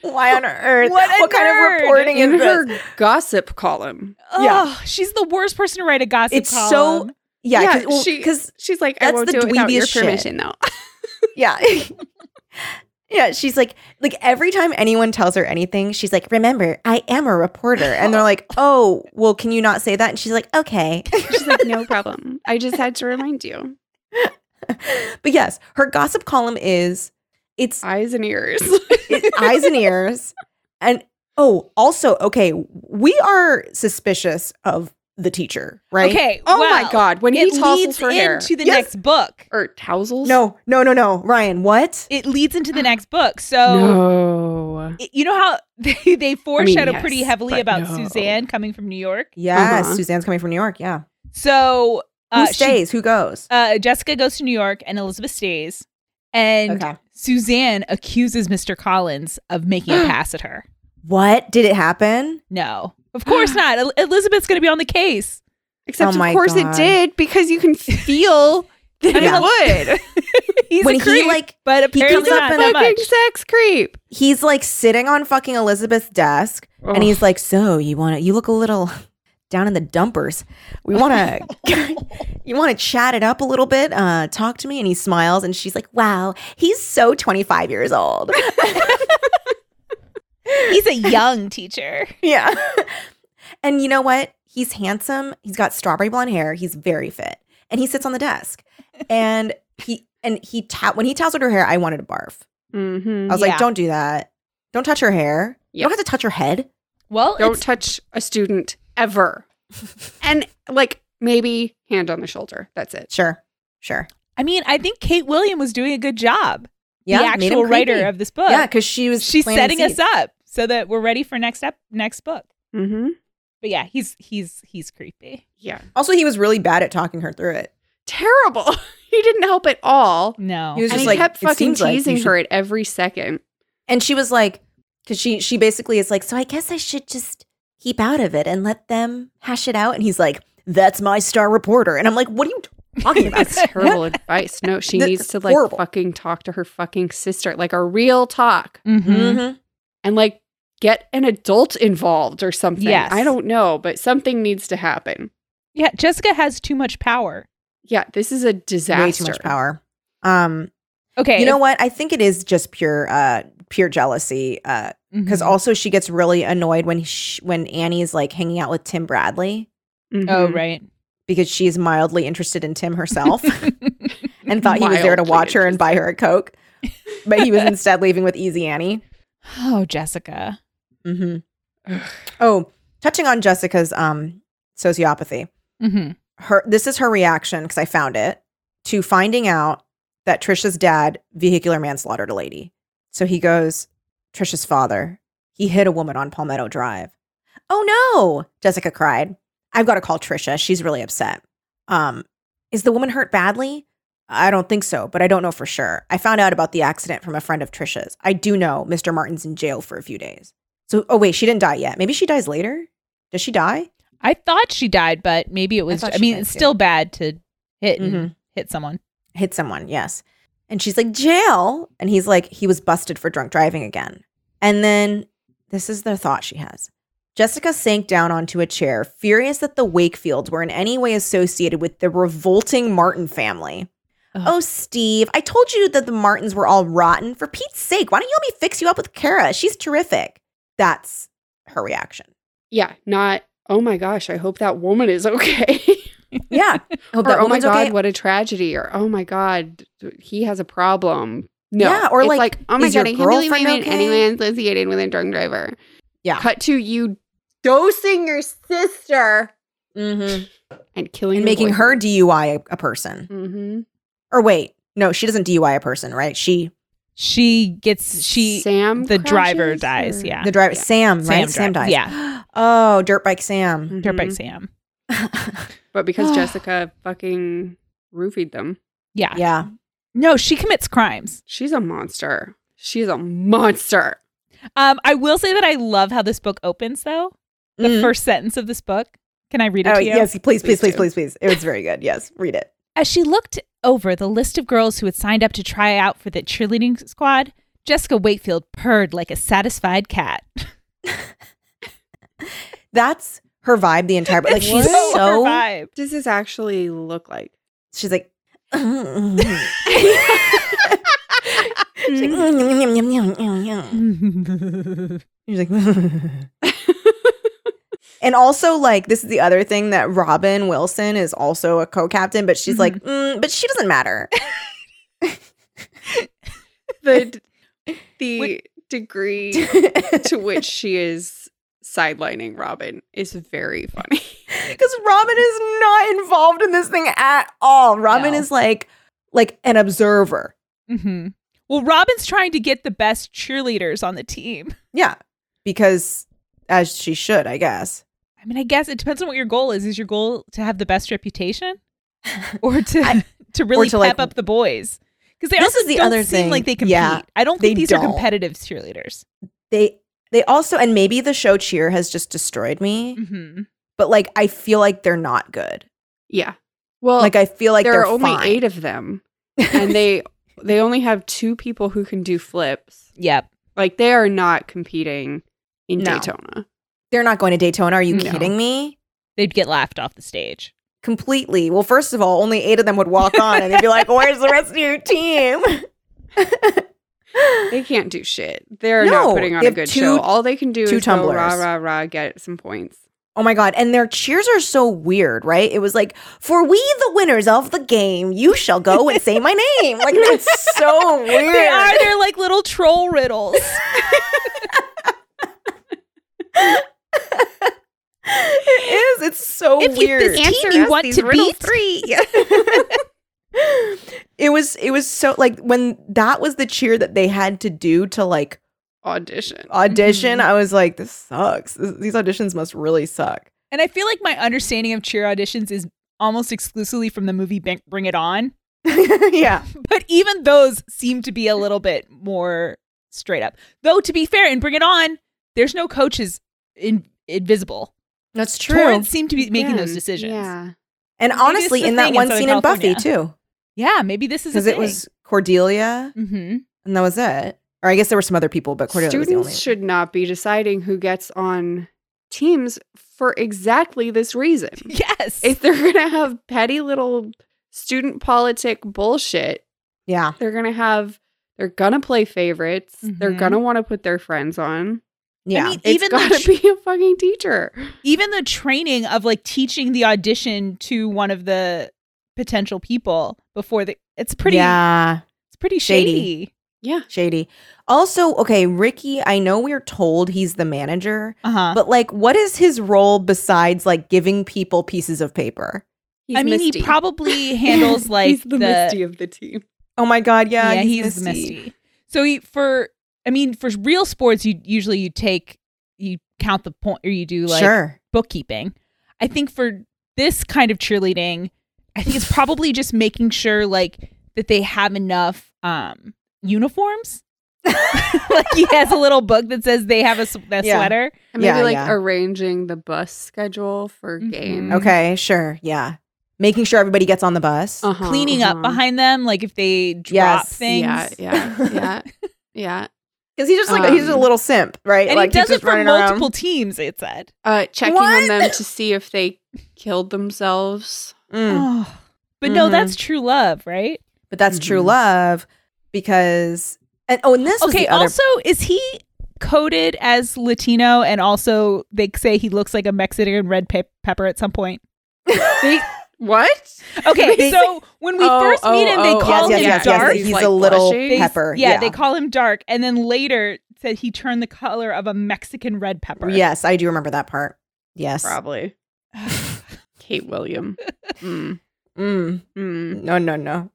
Speaker 2: Why on earth?
Speaker 4: What a
Speaker 2: What kind
Speaker 4: nerd.
Speaker 2: of reporting
Speaker 3: In
Speaker 2: is
Speaker 3: her
Speaker 2: this?
Speaker 3: gossip column.
Speaker 2: Yeah.
Speaker 4: Oh, she's the worst person to write a gossip.
Speaker 2: It's
Speaker 4: column.
Speaker 2: so yeah, because
Speaker 3: she- she's like, I
Speaker 2: that's
Speaker 3: won't
Speaker 2: the
Speaker 3: do it without your
Speaker 2: dweebiest shit.
Speaker 3: permission, though.
Speaker 2: Yeah. yeah, she's like like every time anyone tells her anything, she's like, "Remember, I am a reporter." And they're like, "Oh, well, can you not say that?" And she's like, "Okay."
Speaker 3: She's like, no problem. I just had to remind you.
Speaker 2: but yes, her gossip column is it's
Speaker 3: Eyes and ears.
Speaker 2: it's eyes and ears. And oh, also, okay, we are suspicious of the teacher, right?
Speaker 4: okay.
Speaker 3: Oh my
Speaker 4: well,
Speaker 3: god, when he
Speaker 4: It
Speaker 3: tousles
Speaker 4: leads
Speaker 3: her hair
Speaker 4: into the
Speaker 2: Yes.
Speaker 4: next book.
Speaker 3: or tousles?
Speaker 2: No, no, no, no. Ryan, what?
Speaker 4: It leads into the next book. So.
Speaker 3: no.
Speaker 4: it- you know how they, they foreshadow pretty
Speaker 3: yes,
Speaker 4: heavily
Speaker 3: but
Speaker 4: about
Speaker 3: no.
Speaker 4: Suzanne coming from New York.
Speaker 2: Yes,
Speaker 3: Uh-huh.
Speaker 2: Suzanne's coming from New York. Yeah.
Speaker 4: So
Speaker 2: Who
Speaker 4: uh, she,
Speaker 2: stays? Who goes?
Speaker 4: uh, Jessica goes to New York and Elizabeth stays. And
Speaker 2: Okay.
Speaker 4: Suzanne accuses Mr. Collins of making a pass at her.
Speaker 2: What? Did it happen?
Speaker 4: No, of course not. El- Elizabeth's going to be on the case.
Speaker 3: Except
Speaker 2: Oh my
Speaker 3: of course
Speaker 2: God.
Speaker 3: it did because you can feel that
Speaker 4: I mean,
Speaker 3: it would.
Speaker 4: He's
Speaker 2: when
Speaker 4: a creep,
Speaker 2: he like
Speaker 4: but
Speaker 2: comes
Speaker 4: apparently
Speaker 2: up
Speaker 4: not
Speaker 2: in
Speaker 4: that
Speaker 2: a-
Speaker 4: much.
Speaker 3: Fucking sex creep.
Speaker 2: he's like sitting on fucking Elizabeth's desk and he's like, "So you want to? You look a little down in the dumpers. We want to. you want to chat it up a little bit? Uh, talk to me." And he smiles, and she's like, "Wow, he's so twenty five years old."
Speaker 4: He's a young teacher.
Speaker 2: yeah, and you know what? He's handsome. He's got strawberry blonde hair. He's very fit, and he sits on the desk, and he and he ta- when he tousled her hair, I wanted to barf. I
Speaker 3: mm-hmm.
Speaker 2: was
Speaker 4: Yeah.
Speaker 2: like, "Don't do that. Don't touch her hair. You don't have to touch her head."
Speaker 4: Well,
Speaker 3: don't
Speaker 4: it's-
Speaker 3: touch a student ever. and like maybe hand on the shoulder. That's it.
Speaker 2: Sure, sure.
Speaker 4: I mean, I think Kate William was doing a good job.
Speaker 2: Yeah,
Speaker 4: the
Speaker 2: made him
Speaker 4: actual
Speaker 2: creepy.
Speaker 4: writer of this book.
Speaker 2: Yeah, because she was
Speaker 4: she's
Speaker 2: planting
Speaker 4: setting
Speaker 2: seeds.
Speaker 4: us up so that we're ready for next up next book.
Speaker 3: Mm-hmm.
Speaker 4: But yeah, he's he's he's creepy.
Speaker 3: Yeah.
Speaker 2: Also, he was really bad at talking her through it.
Speaker 3: Terrible. he didn't help at all.
Speaker 4: No.
Speaker 2: He was
Speaker 3: And
Speaker 2: just
Speaker 3: he
Speaker 2: like,
Speaker 3: kept
Speaker 2: "It
Speaker 3: fucking
Speaker 2: seems like you
Speaker 3: teasing
Speaker 2: should-"
Speaker 3: her at every second.
Speaker 2: And she was like, because she she basically is like, so I guess I should just keep out of it and let them hash it out. And he's like, that's my star reporter. And I'm like, what are you talking about?
Speaker 3: That's terrible advice. No, she
Speaker 2: That's
Speaker 3: needs to like
Speaker 2: horrible.
Speaker 3: fucking talk to her fucking sister, like a real talk,
Speaker 4: Mhm.
Speaker 2: Mhm.
Speaker 3: and like get an adult involved or something.
Speaker 4: Yes.
Speaker 3: I don't know, but something needs to happen.
Speaker 4: Yeah, Jessica has too much power.
Speaker 3: Yeah, this is a disaster.
Speaker 2: Way too much power. Um,
Speaker 4: Okay.
Speaker 2: you know what? I think it is just pure uh pure jealousy. Uh, because
Speaker 4: Mhm.
Speaker 2: also she gets really annoyed when sh when Annie's like hanging out with Tim Bradley
Speaker 3: Mhm.
Speaker 4: Oh right.
Speaker 2: because she's mildly interested in Tim herself. and thought he was there to
Speaker 3: Wildly
Speaker 2: watch her and buy her a Coke. But he was instead leaving with Easy Annie.
Speaker 4: oh, Jessica.
Speaker 2: hmm Oh, touching on Jessica's um, sociopathy,
Speaker 4: hmm
Speaker 2: her this is her reaction because I found it to finding out that Trisha's dad vehicular manslaughtered a lady. So he goes, Trisha's father, he hit a woman on Palmetto Drive. Oh no, Jessica cried. I've got to call Trisha. She's really upset. Um, is the woman hurt badly? I don't think so, but I don't know for sure. I found out about the accident from a friend of Trisha's. I do know Mr. Martin's in jail for a few days. So, oh wait, she didn't die yet. Maybe she dies later. Does she die?
Speaker 4: I thought she died, but maybe it was. I,
Speaker 2: thought she
Speaker 4: mean,
Speaker 2: died,
Speaker 4: it's
Speaker 2: too.
Speaker 4: still bad to hit and
Speaker 2: Mhm.
Speaker 4: hit someone.
Speaker 2: hit someone, yes. And she's like, jail. And he's like, he was busted for drunk driving again. And then this is the thought she has. Jessica sank down onto a chair, furious that the Wakefields were in any way associated with the revolting Martin family. Oh, Steve, I told you that the Martins were all rotten. For Pete's sake, why don't you let me fix you up with Kara? She's terrific. That's her reaction.
Speaker 3: Yeah, not, oh my gosh, I hope that woman is okay.
Speaker 2: Yeah. I hope
Speaker 3: or,
Speaker 2: that
Speaker 3: oh my
Speaker 2: woman's
Speaker 3: God,
Speaker 2: okay.
Speaker 3: what a tragedy. Or, oh my God, he has a problem. No.
Speaker 2: Yeah, or
Speaker 3: It's
Speaker 2: like,
Speaker 3: oh my
Speaker 2: is your
Speaker 3: God, I can't believe I
Speaker 2: girlfriend
Speaker 3: made
Speaker 2: okay?
Speaker 3: anyone associated with a drunk driver.
Speaker 2: Yeah.
Speaker 3: Cut to you dosing your sister
Speaker 2: Mm-hmm.
Speaker 3: and killing
Speaker 2: And making her DUI a, a person.
Speaker 3: Mm-hmm.
Speaker 2: Or wait, no, she doesn't DUI a person, right? She,
Speaker 4: She gets she
Speaker 3: Sam
Speaker 4: the driver
Speaker 3: crashes,
Speaker 4: dies.
Speaker 3: or-
Speaker 4: Yeah,
Speaker 2: the driver,
Speaker 3: Yeah.
Speaker 2: Sam,
Speaker 4: Sam
Speaker 2: right? Sam dies.
Speaker 4: drives, yeah. Mm-hmm.
Speaker 2: Oh, dirt bike Sam.
Speaker 4: dirt bike
Speaker 3: Mhm.
Speaker 4: Sam.
Speaker 3: But because Jessica fucking roofied them,
Speaker 4: Yeah,
Speaker 2: yeah.
Speaker 4: No, she commits crimes.
Speaker 3: she's a monster. She's a monster.
Speaker 4: Um, I will say that I love how this book opens, though. The
Speaker 2: Mm.
Speaker 4: first sentence of this book. Can I read it
Speaker 2: Oh,
Speaker 4: to you?
Speaker 2: yes, please, please,
Speaker 3: Please
Speaker 2: please,
Speaker 3: do.
Speaker 2: please, please. It was very good. Yes, read it.
Speaker 4: As she looked over the list of girls who had signed up to try out for the cheerleading squad, Jessica Wakefield purred like a satisfied cat.
Speaker 2: That's her vibe the entire like
Speaker 4: It's
Speaker 2: she's
Speaker 4: so her
Speaker 2: so
Speaker 4: vibe.
Speaker 3: What does this actually look like?
Speaker 2: she's like She's like,
Speaker 4: Mm-hmm.
Speaker 2: She's like And also like this is the other thing that Robin Wilson is also a co-captain but she's
Speaker 4: Mm-hmm.
Speaker 2: like mm, but she doesn't matter.
Speaker 3: The the degree to which she is sidelining Robin is very funny.
Speaker 2: Because Robin is not involved in this thing at all. Robin
Speaker 4: No.
Speaker 2: is like like an observer.
Speaker 4: hmm Well, Robin's trying to get the best cheerleaders on the team.
Speaker 2: Yeah. Because as she should, I guess.
Speaker 4: I mean, I guess it depends on what your goal is. Is your goal to have the best reputation, or to
Speaker 2: I-
Speaker 4: to really
Speaker 2: to, like-
Speaker 4: pep up the boys? Because they
Speaker 2: This
Speaker 4: also
Speaker 2: is the
Speaker 4: don't
Speaker 2: other
Speaker 4: seem
Speaker 2: thing.
Speaker 4: like they compete.
Speaker 2: Yeah,
Speaker 4: I don't
Speaker 2: they
Speaker 4: think these are
Speaker 2: don't.
Speaker 4: competitive cheerleaders.
Speaker 2: They they also and maybe the show cheer has just destroyed me,
Speaker 4: Mm-hmm.
Speaker 2: but like I feel like they're not good.
Speaker 3: Yeah. Well,
Speaker 2: like I feel like
Speaker 3: there
Speaker 2: they're
Speaker 3: are only
Speaker 2: fine.
Speaker 3: eight of them, and they they only have two people who can do flips.
Speaker 4: Yep.
Speaker 3: Like they are not competing in
Speaker 2: No.
Speaker 3: Daytona.
Speaker 2: They're not going to Daytona. Are you
Speaker 3: No.
Speaker 2: kidding me?
Speaker 4: They'd get laughed off the stage.
Speaker 2: Completely. Well, first of all, only eight of them would walk on and they'd be like, Where's the rest of your team?
Speaker 3: They can't do shit. They're
Speaker 2: No,
Speaker 3: not putting on
Speaker 2: they
Speaker 3: a
Speaker 2: have
Speaker 3: good
Speaker 2: two-
Speaker 3: show. All they can do
Speaker 2: two
Speaker 3: is go rah
Speaker 2: tumblers.
Speaker 3: rah rah, get some points.
Speaker 2: Oh my God. And their cheers are so weird, right? It was like, For we, the winners of the game, you shall go and say my name. Like, that's so weird.
Speaker 4: They are. They're like little troll riddles.
Speaker 2: it is. It's so
Speaker 4: if you,
Speaker 2: weird.
Speaker 4: this team you want to beat,
Speaker 2: three. it was it was so like when that was the cheer that they had to do to like
Speaker 3: Audition.
Speaker 2: audition,
Speaker 4: Mm-hmm.
Speaker 2: I was like, this sucks. This- These auditions must really suck.
Speaker 4: and I feel like my understanding of cheer auditions is almost exclusively from the movie Bang- Bring It On.
Speaker 2: yeah.
Speaker 4: But even those seem to be a little bit more straight up. Though to be fair, and bring it on, there's no coaches in invisible.
Speaker 2: That's
Speaker 4: Torrance seem to be making those
Speaker 3: Again,
Speaker 4: decisions.
Speaker 3: Yeah.
Speaker 2: And
Speaker 4: Maybe it's
Speaker 2: honestly,
Speaker 4: the
Speaker 2: in that
Speaker 4: thing in
Speaker 2: one
Speaker 4: Southern
Speaker 2: scene in Buffy, too,
Speaker 4: Yeah, maybe this is
Speaker 2: because it was Cordelia
Speaker 4: hmm
Speaker 2: and that was it. Or I guess there were some other people, but Cordelia was the only
Speaker 3: Students should not be deciding who gets on teams for exactly this reason.
Speaker 4: Yes,
Speaker 3: If they're going to have petty little student politic bullshit,
Speaker 2: Yeah.
Speaker 3: they're going to have, they're going to play favorites. They're
Speaker 4: Mhm.
Speaker 3: going to want to put their friends on.
Speaker 2: Yeah.
Speaker 4: mean-
Speaker 3: It's
Speaker 4: Even the
Speaker 3: got to
Speaker 4: ch-
Speaker 3: be a fucking teacher.
Speaker 4: even the training of like teaching the audition to one of the potential people before the it's pretty
Speaker 2: Yeah.
Speaker 4: it's pretty
Speaker 2: Shady.
Speaker 4: shady.
Speaker 3: Yeah.
Speaker 2: Shady. Also, okay, Ricky, I know we're told he's the manager,
Speaker 4: Uh huh.
Speaker 2: but like, what is his role besides like giving people pieces of paper?
Speaker 3: He's
Speaker 4: I mean,
Speaker 3: Misty.
Speaker 4: he probably handles like
Speaker 3: He's the, Misty of the team.
Speaker 2: Oh my God. Yeah.
Speaker 4: yeah, he's, misty. So he, for I mean, for real sports, you usually you take you count the point or you do like
Speaker 2: sure.
Speaker 4: bookkeeping. I think for this kind of cheerleading, I think it's probably just making sure like that they have enough um uniforms. like he has a little book that says they have a, s- a
Speaker 2: Yeah.
Speaker 4: sweater.
Speaker 3: And maybe
Speaker 2: Yeah,
Speaker 3: like
Speaker 2: yeah.
Speaker 3: arranging the bus schedule for
Speaker 4: Mhm.
Speaker 3: games.
Speaker 2: Okay. Sure. Yeah. Making sure everybody gets on the bus.
Speaker 4: Oh,
Speaker 3: Uh-huh,
Speaker 4: cleaning up
Speaker 3: uh-huh.
Speaker 4: behind them, like if they
Speaker 2: Mm-hmm.
Speaker 4: drop
Speaker 2: Yes.
Speaker 4: things.
Speaker 3: Yeah, yeah, yeah, yeah.
Speaker 2: Because he's just like he's a
Speaker 3: Um,
Speaker 2: little simp, right?
Speaker 4: And
Speaker 2: like
Speaker 4: he
Speaker 2: he's
Speaker 4: does it
Speaker 2: just
Speaker 4: for
Speaker 2: running
Speaker 4: multiple teams, it said.
Speaker 3: Uh, checking
Speaker 2: What?
Speaker 3: on them to see if they killed themselves.
Speaker 2: Around. Mm.
Speaker 4: Oh. But no,
Speaker 2: Mhm.
Speaker 4: that's true love, right?
Speaker 2: But that's true
Speaker 3: Mhm.
Speaker 2: love because and oh, and this was
Speaker 4: Mm-hmm. okay.
Speaker 2: the other-
Speaker 4: Also, is he coded as Latino and also they say he looks like a Mexican red pe- pepper at some point?
Speaker 3: They- what?
Speaker 4: Okay,
Speaker 2: They-
Speaker 4: so when we
Speaker 3: Oh,
Speaker 4: first
Speaker 3: oh,
Speaker 4: meet him, they
Speaker 3: oh,
Speaker 4: call
Speaker 2: yes, yes,
Speaker 4: him
Speaker 2: yes,
Speaker 4: dark.
Speaker 2: yes, he's
Speaker 3: like
Speaker 2: a little
Speaker 3: fleshy.
Speaker 2: pepper.
Speaker 4: yeah, they call him dark, and then later said he turned the color of a Mexican red pepper.
Speaker 2: Yes, I do remember that part. Yes.
Speaker 3: Probably. Kate William. Mm,
Speaker 2: Mm.
Speaker 3: mm,
Speaker 2: No, no, no.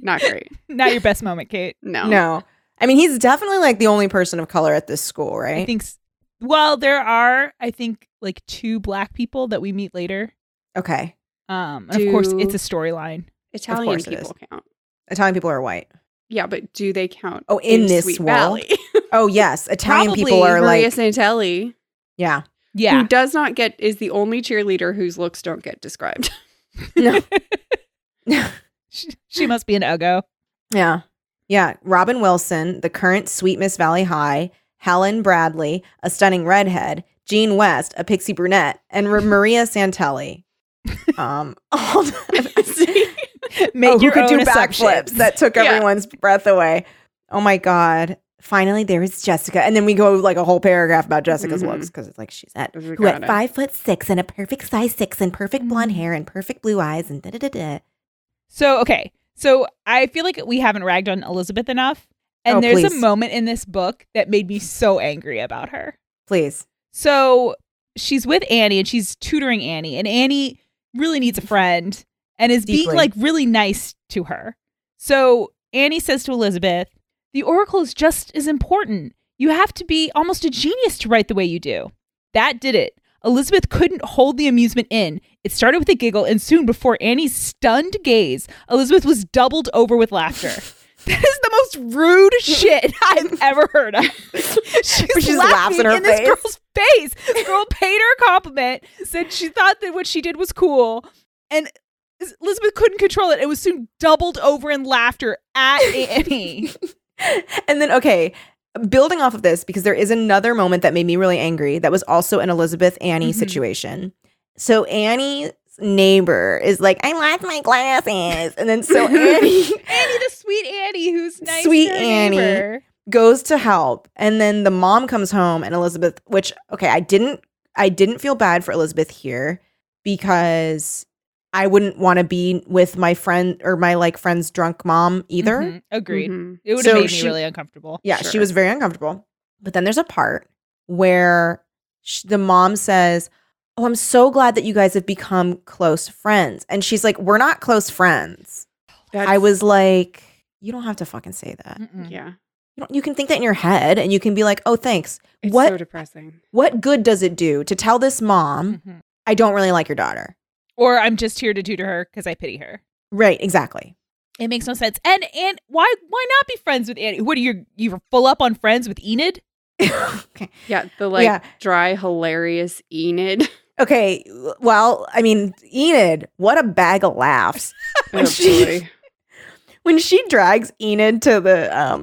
Speaker 3: not great.
Speaker 4: not your best moment, Kate.
Speaker 3: No.
Speaker 2: No. I mean, he's definitely like the only person of color at this school,
Speaker 4: I
Speaker 2: right?
Speaker 4: think. s- Well, there are I think like two black people that we meet later.
Speaker 2: okay.
Speaker 4: Um, and of course,
Speaker 3: Do-
Speaker 4: it's a storyline.
Speaker 3: Italian
Speaker 2: course it
Speaker 3: people count.
Speaker 2: Italian people are white.
Speaker 3: Yeah, but do they count?
Speaker 2: Oh, in this
Speaker 3: Sweet
Speaker 2: world?
Speaker 3: Valley?
Speaker 2: Oh, yes. Italian people
Speaker 4: Probably
Speaker 2: are
Speaker 3: Maria
Speaker 2: like,
Speaker 3: Santelli,
Speaker 2: yeah.
Speaker 4: Yeah,
Speaker 3: who does not get, is the only cheerleader whose looks don't get described.
Speaker 4: she, she must be an Ugo.
Speaker 2: Yeah. Yeah. Robin Wilson, the current Sweet Miss Valley High, Helen Bradley, a stunning redhead, Jean West, a pixie brunette, and R- Maria Santelli. Um, all
Speaker 4: Make
Speaker 2: oh, who
Speaker 4: your
Speaker 2: could
Speaker 4: own
Speaker 2: do backflips
Speaker 4: assumptions.
Speaker 2: that took
Speaker 3: Yeah.
Speaker 2: everyone's breath away. Oh my god! Finally, there is Jessica, and then we go like a whole paragraph about Jessica's
Speaker 3: Mhm.
Speaker 2: looks because it's like she's at
Speaker 3: We
Speaker 2: who at
Speaker 3: got it.
Speaker 2: five foot six and a perfect size six and perfect blonde hair and perfect blue eyes and da da da da.
Speaker 4: So okay, so I feel like we haven't ragged on Elizabeth enough, and
Speaker 2: Oh,
Speaker 4: there's a
Speaker 2: please.
Speaker 4: moment in this book that made me so angry about her.
Speaker 2: Please,
Speaker 4: So she's with Annie and she's tutoring Annie, and Annie really needs a friend and is being
Speaker 2: Deeply.
Speaker 4: like really nice to her. So Annie says to Elizabeth, The Oracle is just as important. You have to be almost a genius to write the way you do. That did it. Elizabeth couldn't hold the amusement in. It started with a giggle, and soon, before Annie's stunned gaze, Elizabeth was doubled over with laughter. That is the most rude shit I've ever heard of. She's,
Speaker 2: She just laughs
Speaker 4: laughing
Speaker 2: in her
Speaker 4: in this
Speaker 2: face.
Speaker 4: girl's face. This girl paid her a compliment, said she thought that what she did was cool, and Elizabeth couldn't control it. It was soon doubled over in laughter at Annie.
Speaker 2: and then okay. Building off of this, because there is another moment that made me really angry that was also an Elizabeth Annie
Speaker 4: Mhm.
Speaker 2: situation. So Annie's neighbor is like, I lost my glasses. And then so Annie
Speaker 4: Annie, the sweet Annie, who's nice.
Speaker 2: Sweet
Speaker 4: to her
Speaker 2: Annie.
Speaker 4: neighbor.
Speaker 2: goes to help and then the mom comes home and elizabeth which okay i didn't i didn't feel bad for elizabeth here because i wouldn't want to be with my friend or my like friend's drunk mom either
Speaker 4: Mhm, Agreed.
Speaker 3: Mhm.
Speaker 4: It would have
Speaker 2: So
Speaker 4: made
Speaker 2: she-
Speaker 4: me really uncomfortable.
Speaker 2: yeah she
Speaker 3: Sure.
Speaker 2: was very uncomfortable but then there's a part where sh the mom says oh i'm so glad that you guys have become close friends and she's like we're not close friends
Speaker 3: That's- Mm.
Speaker 2: i was like you don't have to fucking say that
Speaker 4: Mm-mm.
Speaker 3: yeah.
Speaker 2: you, don't, you can think that in your head and you can be like oh thanks
Speaker 3: It's
Speaker 2: what
Speaker 3: so depressing.
Speaker 2: what good does it do to tell this mom
Speaker 3: Mm.
Speaker 4: Mhm.
Speaker 2: i don't really like your daughter
Speaker 4: Or I'm just here to tutor her because I pity her.
Speaker 2: right exactly
Speaker 4: It makes no sense. And and why why not be friends with Annie? What are you you're full up on friends with Enid?
Speaker 2: okay
Speaker 3: Yeah, the like
Speaker 2: Yeah.
Speaker 3: dry, hilarious Enid.
Speaker 2: okay well i mean enid what a bag of laughs
Speaker 3: Oh,
Speaker 2: She-
Speaker 3: boy.
Speaker 2: when she drags enid to the um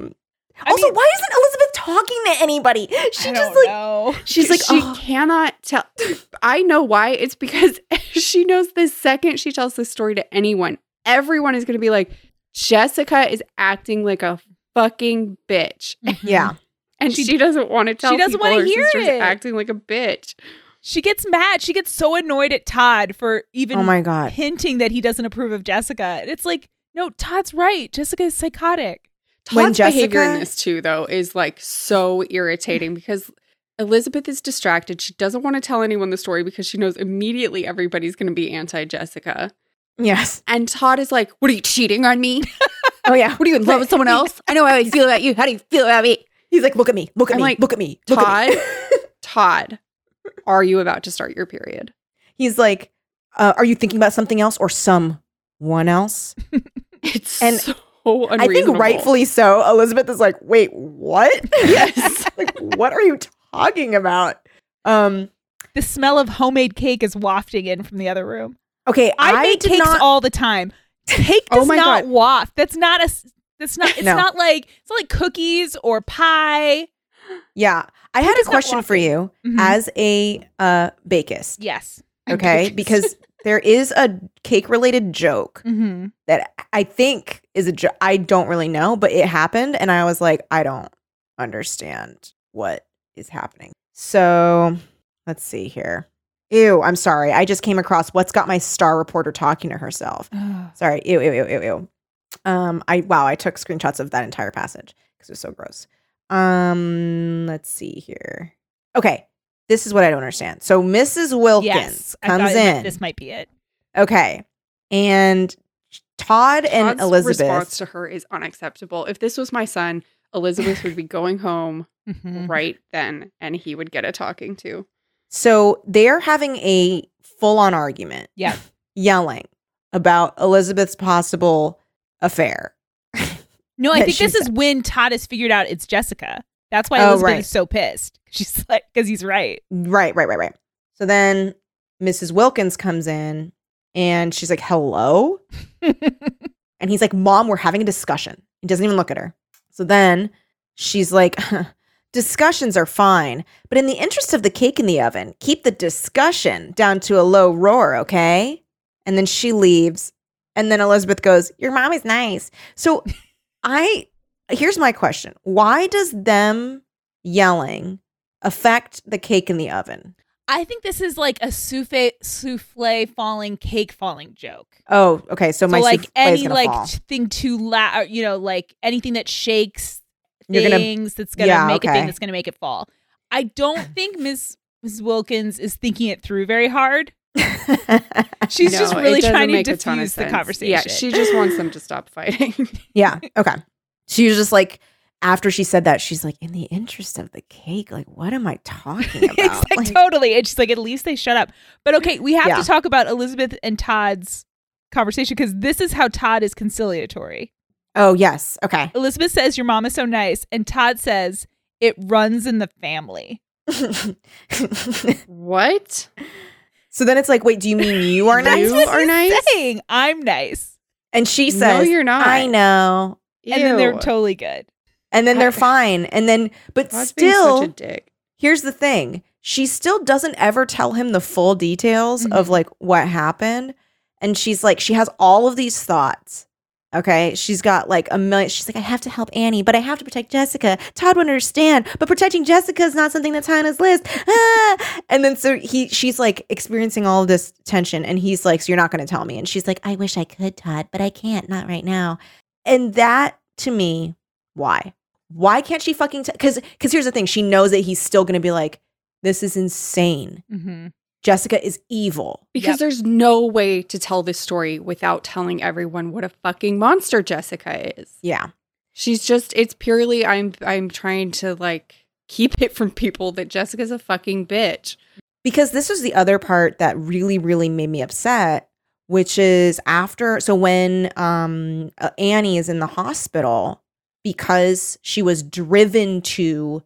Speaker 4: I
Speaker 2: also
Speaker 4: mean-
Speaker 2: why isn't elizabeth talking to anybody she
Speaker 4: I
Speaker 2: just
Speaker 4: don't
Speaker 2: like
Speaker 4: know.
Speaker 2: she's like
Speaker 3: she
Speaker 2: "Oh,
Speaker 3: cannot tell. I know why. It's because she knows the second she tells this story to anyone, everyone is going to be like, Jessica is acting like a fucking bitch,
Speaker 2: yeah
Speaker 3: Mm-hmm. and
Speaker 4: She-
Speaker 3: she, doesn't want to tell.
Speaker 4: doesn't
Speaker 3: people
Speaker 4: wanna
Speaker 3: her
Speaker 4: hear
Speaker 3: sister's
Speaker 4: it.
Speaker 3: Acting like a bitch.
Speaker 4: She gets mad. She gets so annoyed at Todd for even
Speaker 2: oh my god
Speaker 4: hinting that he doesn't approve of Jessica. And it's like, no, Todd's right. Jessica is psychotic.
Speaker 3: Todd's
Speaker 2: When
Speaker 3: behavior
Speaker 2: Jessica-
Speaker 3: in this too, though, is like so irritating because Elizabeth is distracted. She doesn't want to tell anyone the story because she knows immediately everybody's going to be anti Jessica.
Speaker 2: yes
Speaker 3: And Todd is like, "What are you cheating on me?
Speaker 2: oh yeah
Speaker 3: What are you in love with someone else? I know how I feel about you. How do you feel about me?"
Speaker 2: he's like look at me look at
Speaker 3: I'm
Speaker 2: me
Speaker 3: like,
Speaker 2: look at me look at
Speaker 3: Todd,
Speaker 2: me.
Speaker 3: Todd, are you about to start your period?
Speaker 2: he's like uh, are you thinking about something else or someone else
Speaker 3: It's
Speaker 2: And
Speaker 3: so unreasonable.
Speaker 2: I think rightfully so. Elizabeth is like, wait, what?
Speaker 3: Yes.
Speaker 2: like, what are you talking about? Um,
Speaker 4: The smell of homemade cake is wafting in from the other room.
Speaker 2: okay,
Speaker 4: I,
Speaker 2: I,
Speaker 4: make
Speaker 2: did
Speaker 4: cakes
Speaker 2: not.
Speaker 4: all the time. Cake
Speaker 3: Oh
Speaker 4: does
Speaker 3: my
Speaker 4: not
Speaker 3: God.
Speaker 4: waft. That's not a. s- That's not. It's
Speaker 2: No.
Speaker 4: not like it's not like cookies or pie.
Speaker 2: yeah, I had a
Speaker 4: does not Mm-hmm.
Speaker 2: question
Speaker 4: want
Speaker 2: for you
Speaker 4: Mhm.
Speaker 2: as a uh, bakist,
Speaker 4: yes.
Speaker 3: I'm
Speaker 2: okay?
Speaker 3: bakist.
Speaker 2: because there is a cake related joke
Speaker 4: Mm-hmm.
Speaker 2: that I think is a joke. I don't really know, but it happened. And I was like, I don't understand what is happening. So let's see here. Ew, I'm sorry. I just came across what's got my star reporter talking to herself. Sorry. Ew, ew, ew, ew, ew. Um, I wow, I took screenshots of that entire passage because it was so gross. Um, let's see here. Okay, this is what I don't understand. So Mrs. Wilkins
Speaker 4: yes, I
Speaker 2: comes
Speaker 4: thought it-
Speaker 2: in.
Speaker 4: This might be it.
Speaker 2: Okay. And Todd and
Speaker 3: Todd's response
Speaker 2: Elizabeth.
Speaker 3: to her is unacceptable. If this was my son, Elizabeth would be going home
Speaker 4: Mhm.
Speaker 3: right then, and he would get a talking to.
Speaker 2: So they're having a full on argument.
Speaker 4: Yeah.
Speaker 2: Yelling about Elizabeth's possible affair.
Speaker 4: No, I
Speaker 2: that
Speaker 4: think
Speaker 2: she
Speaker 4: this is when Todd has figured out it's Jessica. That's why
Speaker 2: Oh,
Speaker 4: Elizabeth
Speaker 2: right.
Speaker 4: is so pissed. She's like, because he's right.
Speaker 2: Right, right, right, right. So then Mrs. Wilkins comes in and she's like, hello? And he's like, Mom, we're having a discussion. He doesn't even look at her. So then she's like, Discussions are fine, but in the interest of the cake in the oven, keep the discussion down to a low roar, okay? And then she leaves. And then Elizabeth goes, Your mom is nice. So I, here's my question Why does them yelling affect the cake in the oven?
Speaker 4: I think this is like a souffle, souffle falling, cake falling joke.
Speaker 2: Oh, okay. So,
Speaker 4: So,
Speaker 2: my
Speaker 4: like
Speaker 2: souffle is
Speaker 4: any
Speaker 2: gonna
Speaker 4: like
Speaker 2: fall.
Speaker 4: t- thing too loud, you know, like anything that shakes
Speaker 2: You're
Speaker 4: things
Speaker 2: gonna-
Speaker 4: that's gonna
Speaker 2: Yeah,
Speaker 4: make a
Speaker 2: okay.
Speaker 4: thing that's gonna make it fall. I don't think Miss Miss Wilkins is thinking it through very hard. She's
Speaker 3: No,
Speaker 4: just
Speaker 3: it
Speaker 4: really
Speaker 3: doesn't
Speaker 4: trying to
Speaker 3: make a ton of
Speaker 4: diffuse the
Speaker 3: sense.
Speaker 4: conversation.
Speaker 3: Yeah, she just wants them to stop fighting.
Speaker 2: Yeah. Okay. She was just like, after she said that, she's like, in the interest of the cake, like, what am I talking about?
Speaker 4: It's like,
Speaker 2: Like,
Speaker 4: totally. And she's like, at least they shut up. But okay, we have
Speaker 2: Yeah.
Speaker 4: to talk about Elizabeth and Todd's conversation because this is how Todd is conciliatory.
Speaker 2: oh, yes. Okay.
Speaker 4: Elizabeth says, Your mom is so nice. And Todd says, It runs in the family.
Speaker 3: what?
Speaker 2: so then it's like, wait, do you mean you are nice?
Speaker 4: That's what
Speaker 3: are
Speaker 4: he's
Speaker 3: nice?
Speaker 4: saying. I'm nice.
Speaker 2: And she
Speaker 3: No,
Speaker 2: says,
Speaker 3: you're not.
Speaker 2: I know.
Speaker 4: And then they're
Speaker 3: Ew.
Speaker 4: totally good.
Speaker 2: And then they're
Speaker 3: I-
Speaker 2: fine. And then, but
Speaker 3: Todd's being
Speaker 2: still,
Speaker 3: such a dick.
Speaker 2: here's the thing she still doesn't ever tell him the full details
Speaker 4: Mhm.
Speaker 2: of like what happened and she's like she has all of these thoughts okay she's got like a million she's like i have to help annie but i have to protect jessica todd wouldn't understand but protecting jessica is not something that's high on his list ah! and then so he she's like experiencing all of this tension and he's like so you're not going to tell me and she's like i wish i could todd but i can't not right now and that to me why why can't she fucking because because here's the thing she knows that he's still gonna be like this is insane
Speaker 4: Mm-hmm.
Speaker 2: jessica is evil
Speaker 3: Because
Speaker 4: Yep.
Speaker 3: there's no way to tell this story without telling everyone what a fucking monster Jessica is.
Speaker 2: yeah
Speaker 3: She's just it's purely I'm I'm trying to like keep it from people that Jessica's a fucking bitch.
Speaker 2: because this was the other part that really really made me upset which is after so when um uh, annie is in the hospital because she was driven to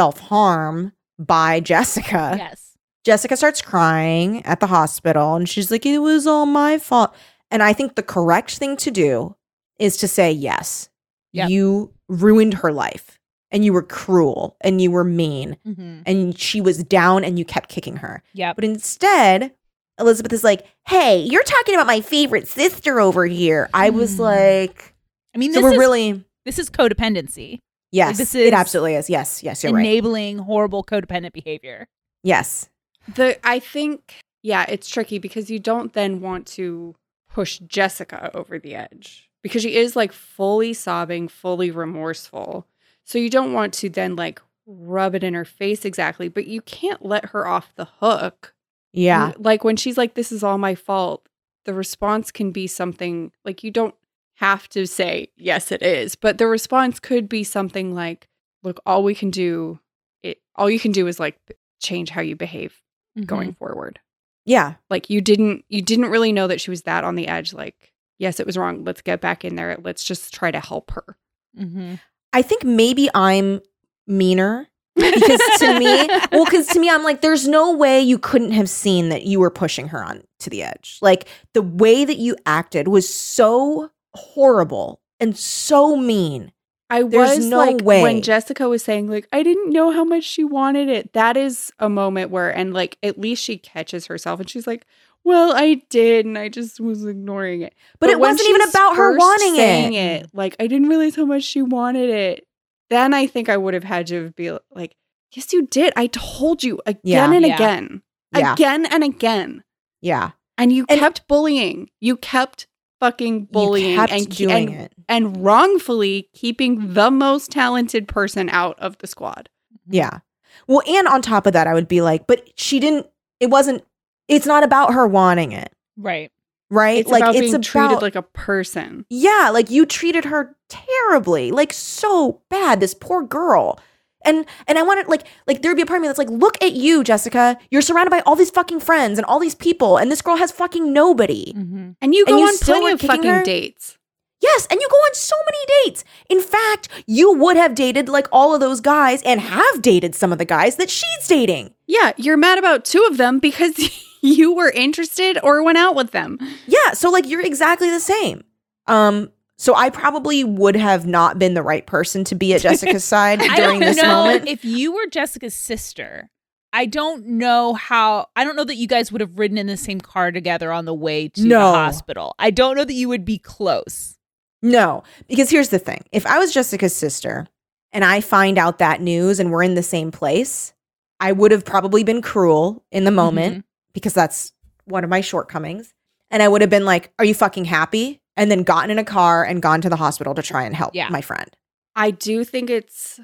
Speaker 2: self-harm by jessica
Speaker 4: yes.
Speaker 2: Jessica starts crying at the hospital and she's like, it was all my fault. And I think the correct thing to do is to say, yes,
Speaker 4: Yep.
Speaker 2: you ruined her life and you were cruel and you were mean
Speaker 4: Mm-hmm.
Speaker 2: and she was down and you kept kicking her.
Speaker 4: Yep.
Speaker 2: But instead, Elizabeth is like, hey, you're talking about my favorite sister over here. I was
Speaker 4: Hmm.
Speaker 2: like,
Speaker 4: I mean,
Speaker 2: so
Speaker 4: this,
Speaker 2: we're
Speaker 4: is,
Speaker 2: really,
Speaker 4: this is codependency,
Speaker 2: yes,
Speaker 4: this is
Speaker 2: it absolutely is. Yes, yes, you're right.
Speaker 4: enabling horrible codependent behavior.
Speaker 2: Yes.
Speaker 3: The I think yeah, it's tricky because you don't then want to push Jessica over the edge because she is like fully sobbing, fully remorseful. So you don't want to then like rub it in her face exactly, but you can't let her off the hook.
Speaker 2: Yeah.
Speaker 3: L- Like when she's like, this is all my fault, the response can be something like you don't have to say, yes, it is, but the response could be something like, look, all we can do, it, all you can do is like change how you behave going
Speaker 2: Mm-hmm.
Speaker 3: forward.
Speaker 2: Yeah.
Speaker 3: Like you didn't, you didn't really know that she was that on the edge. Like, yes, it was wrong. Let's get back in there. Let's just try to help her.
Speaker 4: Mm-hmm.
Speaker 2: I think maybe I'm meaner because to me, well, because to me, I'm like, there's no way you couldn't have seen that you were pushing her on to the edge. Like the way that you acted was so horrible and so mean.
Speaker 3: I
Speaker 2: There's
Speaker 3: was
Speaker 2: no
Speaker 3: like
Speaker 2: way.
Speaker 3: when Jessica was saying like I didn't know how much she wanted it. That is a moment where and like at least she catches herself and she's like, Well, I did, and I just was ignoring it.
Speaker 2: But it
Speaker 3: when
Speaker 2: wasn't
Speaker 3: she
Speaker 2: even
Speaker 3: was
Speaker 2: about her
Speaker 3: first
Speaker 2: wanting
Speaker 3: saying
Speaker 2: it.
Speaker 3: Like I didn't realize how much she wanted it. Then I think I would have had to be like, "Yes, you did. I told you again
Speaker 2: Yeah.
Speaker 3: and
Speaker 4: Yeah.
Speaker 3: again,
Speaker 2: Yeah.
Speaker 3: again and again."
Speaker 2: Yeah.
Speaker 3: And you
Speaker 2: And-
Speaker 3: kept bullying. You kept fucking bullying
Speaker 2: you kept
Speaker 3: and ke-
Speaker 2: doing
Speaker 3: and,
Speaker 2: it.
Speaker 3: and wrongfully keeping the most talented person out of the squad.
Speaker 2: Yeah. Well, and on top of that, I would be like, but she didn't, it wasn't, it's not about her wanting it,
Speaker 4: Right.
Speaker 2: right?
Speaker 3: It's about being treated like a person.
Speaker 2: Yeah, like you treated her terribly, like so bad, this poor girl. And and I wanted like like there'd be a part of me that's like, look at you, Jessica. You're surrounded by all these fucking friends and all these people, and this girl has fucking nobody.
Speaker 4: Mm-hmm.
Speaker 3: And you
Speaker 2: And
Speaker 3: go
Speaker 2: you
Speaker 3: on
Speaker 2: still were
Speaker 3: plenty of
Speaker 2: kicking
Speaker 3: fucking
Speaker 2: her?
Speaker 3: dates.
Speaker 2: Yes, and you go on so many dates. In fact, you would have dated like all of those guys and have dated some of the guys that she's dating.
Speaker 3: Yeah, you're mad about two of them because you were interested or went out with them.
Speaker 2: Yeah, so like you're exactly the same. Um, so I probably would have not been the right person to be at Jessica's side
Speaker 4: I
Speaker 2: during
Speaker 4: don't
Speaker 2: this
Speaker 4: know
Speaker 2: moment.
Speaker 4: if you were Jessica's sister. I don't know how. I don't know that you guys would have ridden in the same car together on the way to
Speaker 2: No.
Speaker 4: the hospital. I don't know that you would be close.
Speaker 2: No, because here's the thing: if I was Jessica's sister and I find out that news and we're in the same place, I would have probably been cruel in the moment because that's one of my shortcomings, and I would have been like, "Are you fucking happy?" and then gotten in a car and gone to the hospital to try and help
Speaker 4: Yeah.
Speaker 2: my friend.
Speaker 3: I do think it's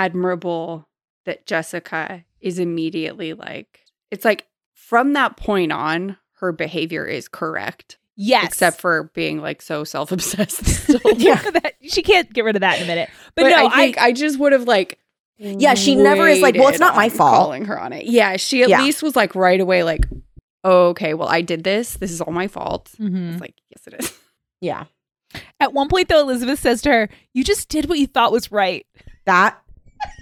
Speaker 3: admirable that Jessica is immediately like, it's like from that point on, her behavior is correct,
Speaker 4: Yes.
Speaker 3: except for being like so self obsessed still.
Speaker 2: Yeah.
Speaker 4: That- she can't get rid of that in a minute. But,
Speaker 3: But,
Speaker 4: no,
Speaker 3: I think I, just would have like,
Speaker 2: Yeah, she never is like, "Well, it's not
Speaker 3: waited
Speaker 2: my
Speaker 3: on
Speaker 2: fault."
Speaker 3: Calling her on it. Yeah, she at
Speaker 2: Yeah.
Speaker 3: least was like right away, like, oh, okay, well, I did this. This is all my fault.
Speaker 4: Mhm.
Speaker 2: Mm-hmm.
Speaker 3: It's like, yes, it is.
Speaker 2: Yeah,
Speaker 4: At one point, though, Elizabeth says to her, "You just did what you thought was right."
Speaker 2: that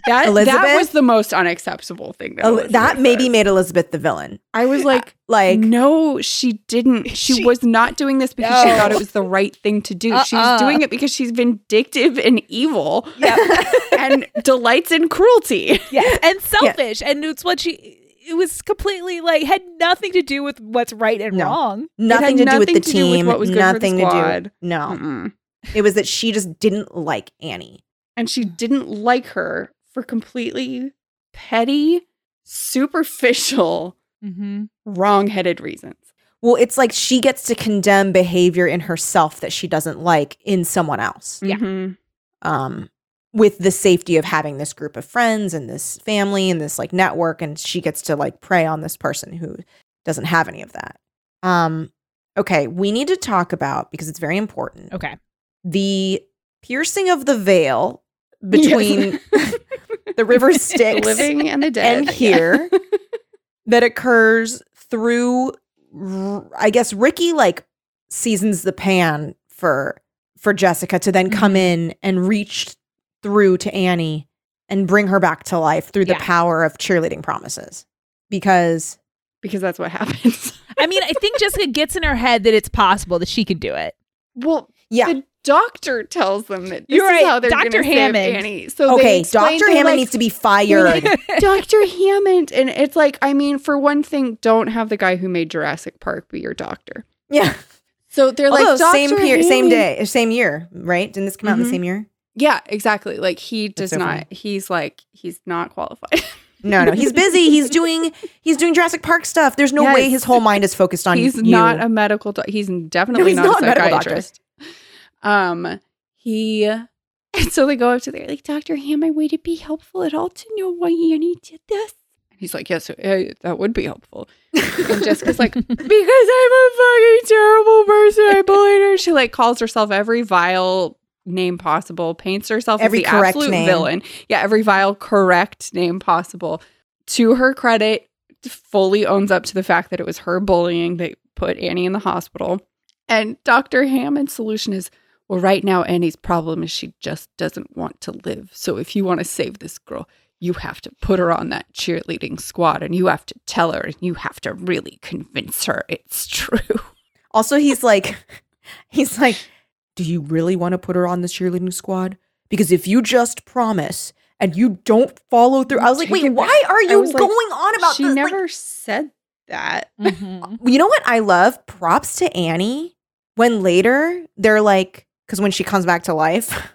Speaker 3: That
Speaker 2: Elizabeth?
Speaker 3: that was the most unacceptable thing. That,
Speaker 2: El-
Speaker 3: Elizabeth
Speaker 2: oh, that maybe
Speaker 3: said.
Speaker 2: made Elizabeth the villain. Uh,
Speaker 3: I was like,
Speaker 2: Like,
Speaker 3: no, she didn't. She,
Speaker 4: She-
Speaker 3: was not doing this because she
Speaker 4: No.
Speaker 3: thought it was the right thing to do.
Speaker 4: Uh-uh.
Speaker 3: She's doing it because she's vindictive and evil
Speaker 4: Yeah.
Speaker 3: and delights in cruelty.
Speaker 4: yes. and selfish, and it's what she. It was completely like had nothing to do with what's right and
Speaker 2: No.
Speaker 4: wrong.
Speaker 2: nothing to do with
Speaker 3: nothing
Speaker 2: the
Speaker 3: to do with
Speaker 2: team.
Speaker 3: what was good for the
Speaker 2: nothing to
Speaker 3: squad.
Speaker 2: do. No,
Speaker 3: Mm-mm.
Speaker 2: it was that she just didn't like Annie.
Speaker 3: And she didn't like her for completely petty, superficial,
Speaker 4: Mm-hmm.
Speaker 3: wrong-headed reasons.
Speaker 2: Well, it's like she gets to condemn behavior in herself that she doesn't like in someone else.
Speaker 4: Yeah.
Speaker 3: Mhm.
Speaker 2: Um, with the safety of having this group of friends and this family and this like network, and she gets to like prey on this person who doesn't have any of that. Um, okay, we need to talk about because it's very important
Speaker 4: Okay.
Speaker 2: the piercing of the veil
Speaker 3: Yes.
Speaker 2: between the river
Speaker 3: the
Speaker 2: Styx
Speaker 3: living and the dead.
Speaker 2: and
Speaker 3: Yeah.
Speaker 2: here that occurs through R- I guess Ricky like seasons the pan for for Jessica to then come
Speaker 4: Mhm.
Speaker 3: Mm-hmm.
Speaker 2: in and reach through to Annie and bring her back to life through
Speaker 4: Yeah.
Speaker 2: the power of cheerleading promises because
Speaker 3: because that's what happens.
Speaker 4: I mean, I think Jessica gets in her head that it's possible that she can do it.
Speaker 3: Well,
Speaker 2: yeah
Speaker 3: the doctor tells them that this
Speaker 4: You're
Speaker 3: is
Speaker 4: right,
Speaker 3: how they're
Speaker 4: Dr.
Speaker 3: going to save
Speaker 4: Hammond.
Speaker 3: Annie. So they
Speaker 2: okay
Speaker 3: explain-
Speaker 2: Dr.
Speaker 3: they're
Speaker 2: Hammond
Speaker 3: like,
Speaker 2: needs to be fired
Speaker 3: Dr. Hammond, and it's like, I mean, for one thing, don't have the guy who made Jurassic Park be your doctor.
Speaker 2: yeah
Speaker 3: So they're
Speaker 2: Although
Speaker 3: like, Dr.
Speaker 2: same year same
Speaker 3: Hammond-
Speaker 2: day same year right didn't this come out in the
Speaker 3: Mhm.
Speaker 2: same year
Speaker 3: Yeah, exactly. Like he does
Speaker 2: so
Speaker 3: not.
Speaker 2: funny.
Speaker 3: He's like he's not qualified.
Speaker 2: No, no, he's busy. He's doing he's doing Jurassic Park stuff. There's no way
Speaker 3: Yes.
Speaker 2: his whole mind is focused on
Speaker 3: he's
Speaker 2: you.
Speaker 3: not a medical doctor. He's definitely
Speaker 2: No, he's
Speaker 3: not,
Speaker 2: not a
Speaker 3: a
Speaker 2: medical
Speaker 3: psychiatrist. um, he and so they go up to there like, Doctor Hammond, would it be helpful at all to know why Annie did this? And he's like, Yes, uh, that would be helpful. and Jessica's like, Because I'm a fucking terrible person. I bullied her. She like calls herself every vile name possible, paints herself
Speaker 2: Every
Speaker 3: as the
Speaker 2: correct
Speaker 3: absolute
Speaker 2: name.
Speaker 3: villain. Yeah, every vile correct name possible. To her credit, fully owns up to the fact that it was her bullying that put Annie in the hospital. And Dr. Hammond's solution is well, right now, Annie's problem is she just doesn't want to live. So if you want to save this girl, you have to put her on that cheerleading squad and you have to tell her and you have to really convince her it's true.
Speaker 2: Also, he's like he's like, Do you really want to put her on this cheerleading squad? Because if you just promise and you don't follow through, I was like,
Speaker 3: Take
Speaker 2: wait,
Speaker 3: it back.
Speaker 2: why are
Speaker 3: I
Speaker 2: you
Speaker 3: was
Speaker 2: going
Speaker 3: like,
Speaker 2: on about
Speaker 3: she
Speaker 2: this? Like,
Speaker 3: never said
Speaker 4: that.
Speaker 2: You know what I love? Props to Annie when later they're like, because when she comes back to life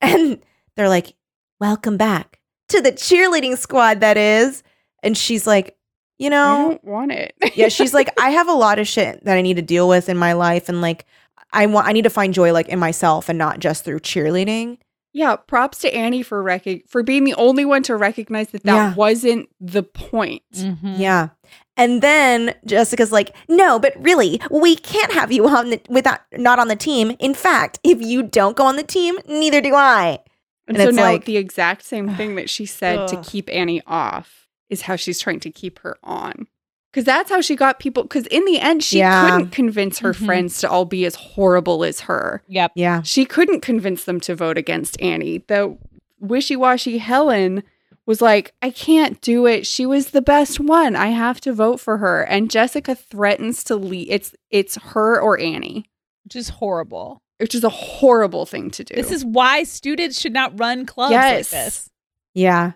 Speaker 2: and they're like, welcome back to the cheerleading squad, that is. And she's like, you
Speaker 3: I
Speaker 2: know,
Speaker 3: don't want it.
Speaker 2: yeah, she's like, I have a lot of shit that I need to deal with in my life. And like, I want, I need to find joy like in myself and not just through cheerleading.
Speaker 3: yeah. Props to Annie for rec- for being the only one to recognize that that
Speaker 2: Yeah. Mm.
Speaker 3: wasn't the point.
Speaker 4: Mm-hmm.
Speaker 2: Yeah. And then Jessica's like, "No, but really, we can't have you on the, without not on the team. In fact, if you don't go on the team, neither do I."
Speaker 3: And,
Speaker 2: And
Speaker 3: so
Speaker 2: it's
Speaker 3: now
Speaker 2: like-
Speaker 3: the exact same thing that she said to
Speaker 2: Ugh.
Speaker 3: keep Annie off is how she's trying to keep her on. Because that's how she got people. Because in the end, she
Speaker 2: Yeah. Mm-hmm.
Speaker 3: couldn't convince her
Speaker 4: Mhm.
Speaker 3: friends to all be as horrible as her.
Speaker 4: Yep.
Speaker 2: Yeah.
Speaker 3: She couldn't convince them to vote against Annie. The wishy washy Helen was like, I can't do it. She was the best one. I have to vote for her. And Jessica threatens to leave. It's it's her or Annie,
Speaker 4: Which is horrible.
Speaker 3: which is a horrible thing to do.
Speaker 4: This is why students should not run clubs
Speaker 3: Yes.
Speaker 4: like this.
Speaker 2: Yeah.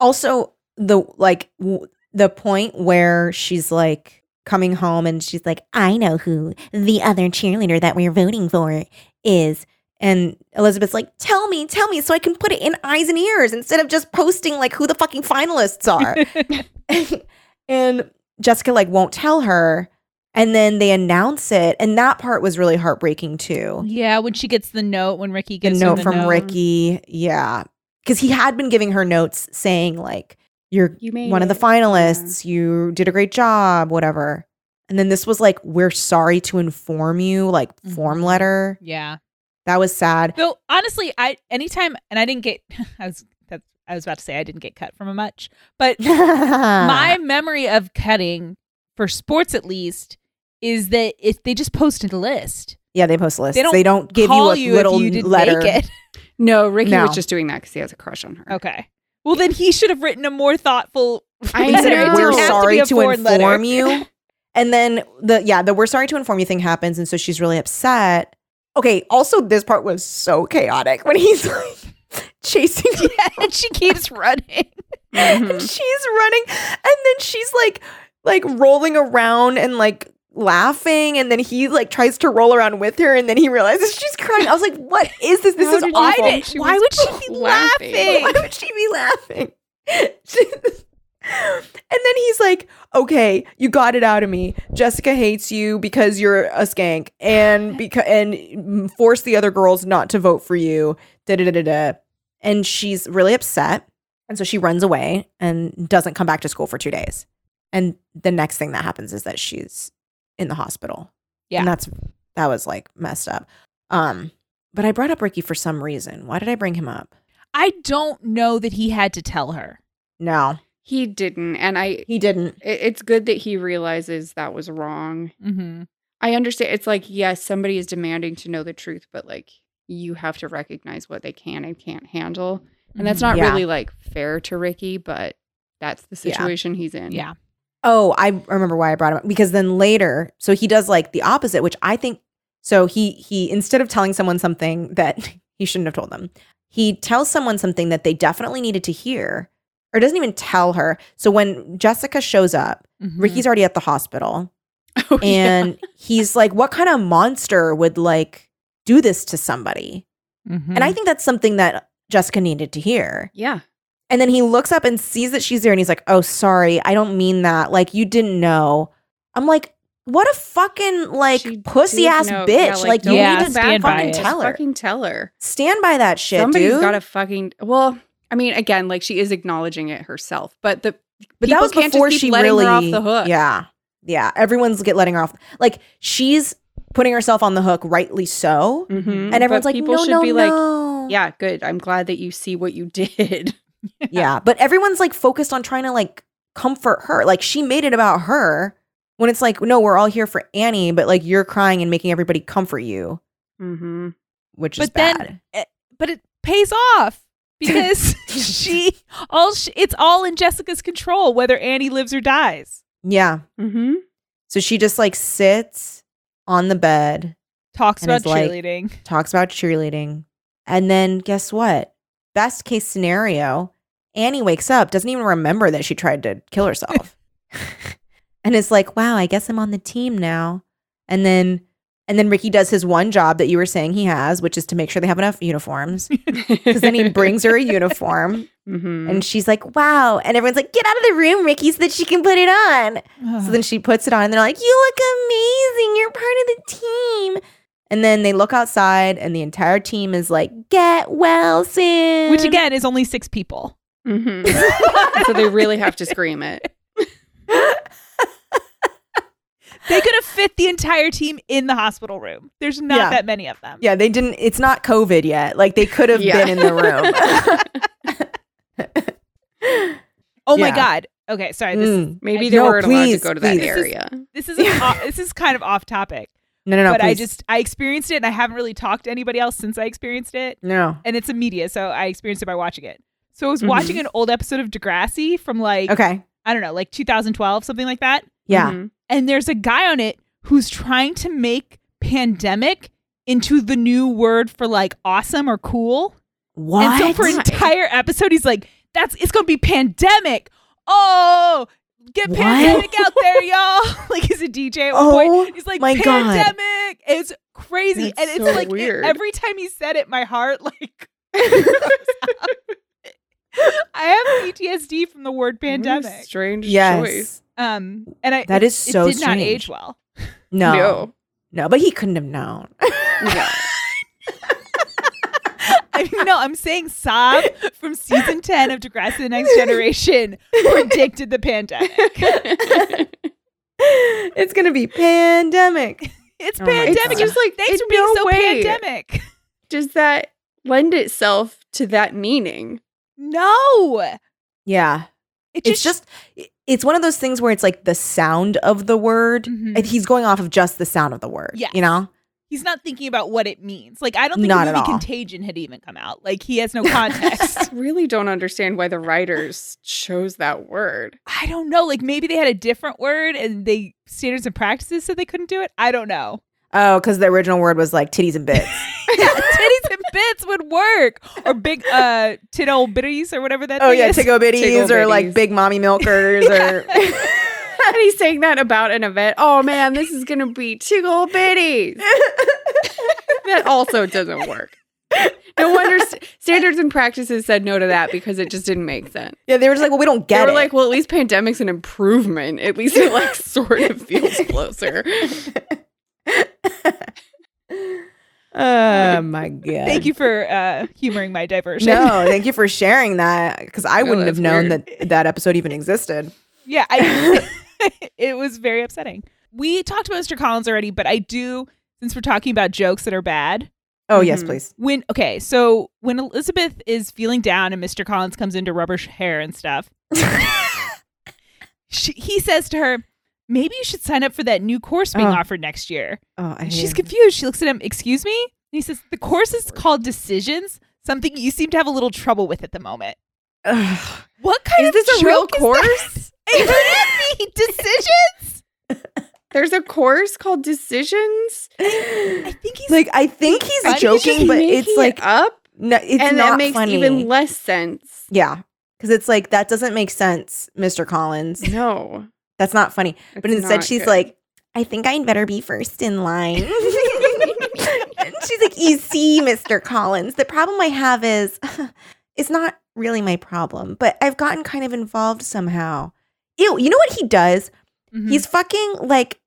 Speaker 2: Also, the like w- the point where she's like coming home and she's like, "I know who the other cheerleader that we're voting for is." And Elizabeth's like, "Tell me, tell me so I can put it in eyes and ears instead of just posting like who the fucking finalists are." and Jessica like won't tell her. And then they announce it, and that part was really heartbreaking too.
Speaker 4: yeah, when she gets the note, when Ricky
Speaker 2: The
Speaker 4: gets
Speaker 2: note
Speaker 4: the
Speaker 2: from
Speaker 4: note.
Speaker 2: Ricky, yeah, because he had been giving her notes saying like, "You're
Speaker 3: you made
Speaker 2: one of the
Speaker 3: it.
Speaker 2: finalists. You did a great job, whatever." And then this was like, "We're sorry to inform you," like
Speaker 4: Mhm.
Speaker 2: form letter.
Speaker 4: Yeah.
Speaker 2: That was sad.
Speaker 4: Though honestly, I anytime and I didn't get I was that's I was about to say I didn't get cut from a much, but
Speaker 2: my
Speaker 4: my memory of cutting for sports at least is that if they just posted a list,
Speaker 2: yeah, they post lists. They
Speaker 4: They
Speaker 2: don't,
Speaker 4: don't
Speaker 2: give you
Speaker 4: call
Speaker 2: a little
Speaker 4: if you didn't
Speaker 2: letter.
Speaker 4: make it.
Speaker 3: No, Ricky
Speaker 2: No.
Speaker 3: was just doing that because he has a crush on her.
Speaker 4: Okay, well then he should have written a more thoughtful.
Speaker 3: I
Speaker 4: letter.
Speaker 2: Instead
Speaker 4: It
Speaker 2: of
Speaker 3: know.
Speaker 2: we're
Speaker 4: didn't have to
Speaker 2: sorry
Speaker 4: be
Speaker 2: to,
Speaker 4: a foreign
Speaker 2: inform
Speaker 4: letter.
Speaker 2: you. And then the yeah, the we're sorry to inform you thing happens, and so she's really upset. Okay, also this part was so chaotic when he's like chasing her
Speaker 4: yeah, and she keeps running.
Speaker 2: and she's running and then she's like like rolling around and like laughing and then he like tries to roll around with her and then he realizes she's crying. I was like, what is this? This
Speaker 3: How
Speaker 2: is
Speaker 3: did you
Speaker 2: awful.
Speaker 3: think she
Speaker 2: Why
Speaker 3: was
Speaker 2: would she be laughing?
Speaker 3: laughing?
Speaker 2: Why would she be laughing? and then he's like, okay, you got it out of me. Jessica hates you because you're a skank and because and force the other girls not to vote for you. Da da da da. And she's really upset. And so she runs away and doesn't come back to school for two days. And the next thing that happens is that she's in the hospital.
Speaker 4: Yeah.
Speaker 2: And that's that was like messed up. Um, but I brought up Ricky for some reason. Why did I bring him up?
Speaker 4: I don't know that he had to tell her.
Speaker 2: No,
Speaker 3: He didn't. And I,
Speaker 2: he didn't.
Speaker 3: it- it's good that he realizes that was wrong.
Speaker 4: Mm-hmm.
Speaker 3: I understand. It's like, yes, somebody is demanding to know the truth, but like, you have to recognize what they can and can't handle. And
Speaker 4: Mm-hmm.
Speaker 3: that's not
Speaker 2: Mm-hmm. Yeah.
Speaker 3: really like fair to Ricky, but that's the
Speaker 2: Yeah.
Speaker 3: situation he's in.
Speaker 4: yeah.
Speaker 2: Oh, I remember why I brought him up because then later, so he does like the opposite, which I think. So he he instead of telling someone something that he shouldn't have told them, he tells someone something that they definitely needed to hear, or doesn't even tell her. So when Jessica shows up,
Speaker 4: Mhm.
Speaker 2: Ricky's already at the hospital.
Speaker 3: Oh, yeah.
Speaker 2: and he's like what kind of monster would like do this to somebody
Speaker 4: Mhm.
Speaker 2: and i think that's something that jessica needed to hear
Speaker 3: yeah.
Speaker 2: and then he looks up and sees that she's there and he's like oh sorry i don't mean that like you didn't know i'm like what a fucking like
Speaker 3: She
Speaker 2: pussy
Speaker 3: did
Speaker 2: ass
Speaker 3: know-
Speaker 2: bitch
Speaker 3: yeah, like,
Speaker 2: like,
Speaker 3: don't
Speaker 2: you
Speaker 4: Yeah,
Speaker 2: need to
Speaker 4: stand by
Speaker 2: fucking
Speaker 4: it.
Speaker 2: tell her
Speaker 3: Fucking tell her.
Speaker 2: stand by that shit
Speaker 3: Somebody's
Speaker 2: dude
Speaker 3: got to fucking, well, I mean, again, like she is acknowledging it herself, but the,
Speaker 2: but that
Speaker 3: people
Speaker 2: was
Speaker 3: can't just
Speaker 2: before
Speaker 3: keep
Speaker 2: she
Speaker 3: letting her
Speaker 2: really
Speaker 3: off the hook.
Speaker 2: yeah yeah everyone's get letting her off like she's putting herself on the hook rightly so
Speaker 3: Mhm.
Speaker 2: and
Speaker 3: But
Speaker 2: everyone's like
Speaker 3: people
Speaker 2: no
Speaker 3: should
Speaker 2: no
Speaker 3: be like,
Speaker 2: no
Speaker 3: yeah, good. I'm glad that you see what you did.
Speaker 2: yeah but everyone's like focused on trying to like comfort her like she made it about her when it's like no we're all here for annie but like you're crying and making everybody comfort you
Speaker 3: Mm-hmm.
Speaker 2: which is
Speaker 4: but
Speaker 2: bad
Speaker 4: then it, but it pays off because she all she, it's all in Jessica's control whether Annie lives or dies.
Speaker 2: yeah
Speaker 3: Mm-hmm.
Speaker 2: so she just like sits on the bed
Speaker 4: Talks
Speaker 2: And
Speaker 4: about
Speaker 2: it's like-
Speaker 4: cheerleading.
Speaker 2: talks about cheerleading and then guess what best case scenario annie wakes up doesn't even remember that she tried to kill herself and is like, wow, I guess I'm on the team now. And then and then Ricky does his one job that you were saying he has, which is to make sure they have enough uniforms. Because then he brings her a uniform
Speaker 3: hmm
Speaker 2: and she's like, wow. And everyone's like, get out of the room, Ricky, so that she can put it on. So then she puts it on and they're like, You look amazing. You're part of the team. And then they look outside and the entire team is like, Get well soon.
Speaker 4: Which again is only six people.
Speaker 3: Mm-hmm. so they really have to scream it.
Speaker 4: They could have fit the entire team in the hospital room. There's not
Speaker 2: Yeah.
Speaker 4: that many of them.
Speaker 2: Yeah, they didn't it's not COVID yet. Like they could have
Speaker 3: Yeah.
Speaker 2: been in the room.
Speaker 4: Oh my
Speaker 2: Yeah.
Speaker 4: god. Okay, sorry. This,
Speaker 2: Mm.
Speaker 3: Maybe they
Speaker 2: No,
Speaker 3: weren't allowed to
Speaker 2: please,
Speaker 3: go to that
Speaker 2: please.
Speaker 3: area.
Speaker 4: this is an off, this is kind of off topic,
Speaker 2: No, no, no.
Speaker 4: but I
Speaker 2: please.
Speaker 4: just I experienced it and I haven't really talked to anybody else since I experienced it.
Speaker 2: No.
Speaker 4: And it's a media, so I experienced it by watching it. So I was watching an old episode of Degrassi from like
Speaker 2: Mm-hmm. Okay.
Speaker 4: I don't know, like 2012, something like that.
Speaker 2: Yeah.
Speaker 3: Mhm.
Speaker 4: And there's a guy on it who's trying to make pandemic into the new word for like awesome or cool.
Speaker 2: What?
Speaker 4: mm-hmm. And so for an entire episode, he's like, "That's it's gonna be pandemic. Oh, get
Speaker 2: What?
Speaker 4: pandemic out there, y'all!" like he's a DJ at one
Speaker 2: Oh,
Speaker 4: point. He's like,
Speaker 2: my God.
Speaker 4: "Pandemic." It's crazy,
Speaker 3: That's
Speaker 4: and it's
Speaker 3: so
Speaker 4: like it-
Speaker 3: weird.
Speaker 4: every time he said it, my heart like. goes up. I have PTSD from the word
Speaker 3: What a
Speaker 4: pandemic.
Speaker 3: Strange
Speaker 2: yes.
Speaker 3: choice.
Speaker 4: Um, and I
Speaker 2: That
Speaker 4: it-
Speaker 2: is so
Speaker 4: it did not
Speaker 2: strange.
Speaker 4: age well.
Speaker 2: No. No. but he couldn't have known.
Speaker 3: No.
Speaker 4: I mean, no, I'm saying Sob from season ten of Degrassi: The Next Generation predicted the pandemic.
Speaker 2: it's gonna be pandemic.
Speaker 4: It's
Speaker 2: Oh my
Speaker 4: pandemic.
Speaker 2: God.
Speaker 4: It's just like thanks
Speaker 3: It's
Speaker 4: for being
Speaker 3: no
Speaker 4: so
Speaker 3: way.
Speaker 4: pandemic.
Speaker 3: Does that lend itself to that meaning?
Speaker 4: No,
Speaker 2: Yeah.
Speaker 4: it
Speaker 2: it's just it's one of those things where it's like the sound of the word
Speaker 4: Mhm.
Speaker 3: Mm-hmm.
Speaker 2: and he's going off of just the sound of the word
Speaker 4: Yes.
Speaker 2: you know
Speaker 4: he's not thinking about what it means. Like I don't think
Speaker 2: Not
Speaker 4: the
Speaker 2: at
Speaker 4: movie
Speaker 2: all.
Speaker 4: Contagion had even come out. Like he has no context.
Speaker 3: I really don't understand why the writers chose that word.
Speaker 4: I don't know. Like maybe they had a different word and they standards and practices said they couldn't do it. I don't know.
Speaker 2: oh because the original word was like titties and bits
Speaker 4: Yeah, titties and bits would work, or big uh tittle bitties or whatever that.
Speaker 2: oh
Speaker 4: thing
Speaker 2: yeah
Speaker 4: is.
Speaker 2: tickle bitties
Speaker 3: Tickle
Speaker 2: or like
Speaker 3: bitties.
Speaker 2: big mommy milkers
Speaker 3: And he's saying that about an event. Oh man, this is gonna be tickle bitties. that also doesn't work. No wonder st- standards and practices said no to that because it just didn't make sense.
Speaker 2: or yeah they were just like well we don't
Speaker 3: they
Speaker 2: get
Speaker 3: were
Speaker 2: it
Speaker 3: like, well, at least pandemic's an improvement. At least it like sort of feels closer.
Speaker 2: oh my god
Speaker 4: Thank you for uh humoring my diversion.
Speaker 2: no thank you for sharing that because i
Speaker 3: No,
Speaker 2: wouldn't have
Speaker 3: Oh, that's
Speaker 2: known
Speaker 3: weird.
Speaker 2: that that episode even existed
Speaker 4: Yeah, I, it was very upsetting. We talked about Mr. Collins already, but I do, since we're talking about jokes that are bad.
Speaker 2: oh yes
Speaker 3: Mhm.
Speaker 2: please
Speaker 4: When okay, so when Elizabeth is feeling down and Mr. Collins comes into rubber sh- hair and stuff, she, he says to her, "Maybe you should sign up for that new course being
Speaker 2: Oh.
Speaker 4: offered next year."
Speaker 2: oh I
Speaker 4: And she's
Speaker 2: hate it.
Speaker 4: confused. She looks at him, "Excuse me?" And he says, "The course is called Decisions, something you seem to have a little trouble with at the moment."
Speaker 2: Ugh.
Speaker 4: What kind
Speaker 3: Is
Speaker 4: of
Speaker 3: this a real
Speaker 4: joke is that? It can't be decisions.
Speaker 3: There's a course called decisions.
Speaker 4: I think he's
Speaker 2: like i think he's
Speaker 4: funny.
Speaker 2: joking
Speaker 3: Just
Speaker 2: but
Speaker 3: making
Speaker 2: it's like
Speaker 3: it up,
Speaker 2: no it's
Speaker 3: Uh, and
Speaker 2: not
Speaker 3: that makes
Speaker 2: funny.
Speaker 3: even less sense.
Speaker 2: Yeah. Cause it's like, that doesn't make sense, Mr. Collins.
Speaker 3: No,
Speaker 2: That's not funny. But
Speaker 3: it's
Speaker 2: instead,
Speaker 3: not
Speaker 2: she's
Speaker 3: good.
Speaker 2: like, I think I'd better be first in line. And she's like, You see, Mr. Collins, the problem I have is it's not really my problem, but I've gotten kind of involved somehow. Ew, you know what he does?
Speaker 3: Mm-hmm.
Speaker 4: Mhm.
Speaker 2: He's fucking like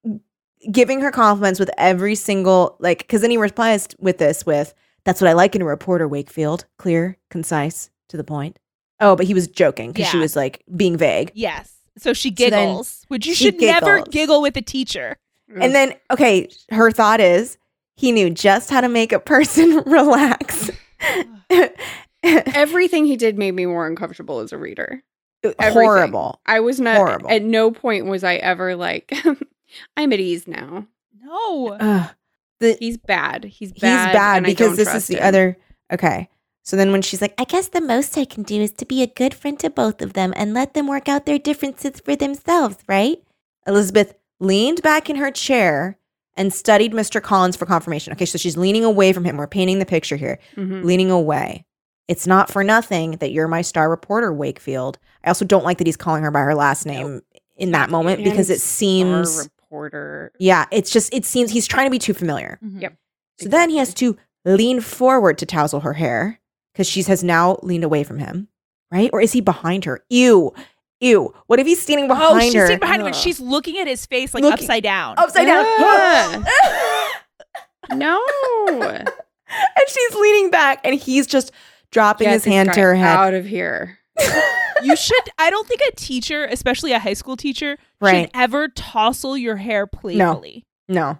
Speaker 2: giving her compliments with every single, like, cause then he replies with this with, That's what I like in a reporter, Wakefield. Clear, concise, to the point. Oh, but he was joking because she
Speaker 4: Yeah.
Speaker 2: was like being vague.
Speaker 4: Yes. So she
Speaker 2: So then
Speaker 4: giggles, which you
Speaker 2: she
Speaker 4: should never
Speaker 2: giggles.
Speaker 4: giggle with a teacher.
Speaker 2: And then, okay, her thought is he knew just how to make a person relax.
Speaker 3: everything he did made me more uncomfortable as a reader. Everything.
Speaker 2: Horrible.
Speaker 3: I was not
Speaker 2: Horrible.
Speaker 3: at no point was I ever like I'm at ease now.
Speaker 4: No.
Speaker 2: Ugh. The,
Speaker 3: He's bad. He's
Speaker 2: he's
Speaker 3: bad.
Speaker 2: bad
Speaker 3: and I
Speaker 2: because
Speaker 3: don't
Speaker 2: this is
Speaker 3: trust
Speaker 2: the
Speaker 3: him.
Speaker 2: other. Okay. So then when she's like, I guess the most I can do is to be a good friend to both of them and let them work out their differences for themselves, right? Elizabeth leaned back in her chair and studied Mr. Collins for confirmation. Okay, so she's leaning away from him. We're painting the picture here.
Speaker 3: Mhm.
Speaker 2: leaning away. It's not for nothing that you're my star reporter, Wakefield. I also don't like that he's calling her by her last name in that moment because
Speaker 3: And
Speaker 2: it seems
Speaker 3: Star reporter.
Speaker 2: yeah, it's just it seems he's trying to be too familiar.
Speaker 4: Mm-hmm.
Speaker 3: Yep.
Speaker 2: So then he has to lean forward to tousle her hair because she has now leaned away from him, right? Or is he behind her? Ew, ew. What if he's standing behind
Speaker 4: oh, she's
Speaker 2: her?
Speaker 4: sitting behind him and
Speaker 3: Ugh.
Speaker 4: she's looking at his face like
Speaker 2: Looking-
Speaker 4: upside down.
Speaker 2: upside down.
Speaker 3: No.
Speaker 2: and she's leaning back, and he's just dropping
Speaker 3: Get
Speaker 2: his
Speaker 3: this
Speaker 2: hand
Speaker 3: guy
Speaker 2: to her head.
Speaker 3: Out of here.
Speaker 4: you should. I don't think a teacher, especially a high school teacher,
Speaker 2: Right.
Speaker 4: should ever tousle your hair playfully.
Speaker 2: No,
Speaker 3: No.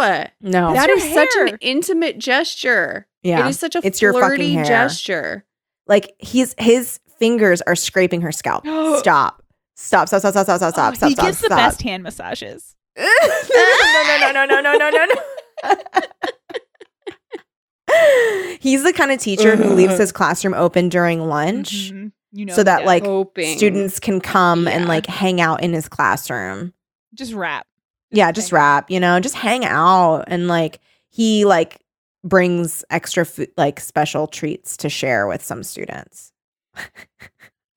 Speaker 2: no.
Speaker 4: That's
Speaker 3: that
Speaker 4: your
Speaker 3: is such an
Speaker 4: hair.
Speaker 3: intimate gesture.
Speaker 2: yeah.
Speaker 3: It is such a
Speaker 2: It's your fucking
Speaker 3: flirty
Speaker 2: hair.
Speaker 3: gesture.
Speaker 2: like he's his fingers are scraping her scalp. Stop. Stop. Stop. Stop. Stop. Stop. Stop.
Speaker 4: Oh,
Speaker 2: Stop. Stop.
Speaker 4: he gives
Speaker 2: stop,
Speaker 4: the
Speaker 2: stop.
Speaker 4: best hand massages.
Speaker 2: no, no, no, no, no, no, no, no. He's the kind of teacher who leaves his classroom open during lunch
Speaker 4: Mhm. You know,
Speaker 2: so that
Speaker 4: yeah.
Speaker 2: like
Speaker 3: Hoping.
Speaker 2: students can come and
Speaker 4: Yeah.
Speaker 2: like hang out in his classroom.
Speaker 4: just rap.
Speaker 2: Yeah, just
Speaker 4: hang out.
Speaker 2: rap, you know, just hang out and like he like brings extra food like special treats to share with some students.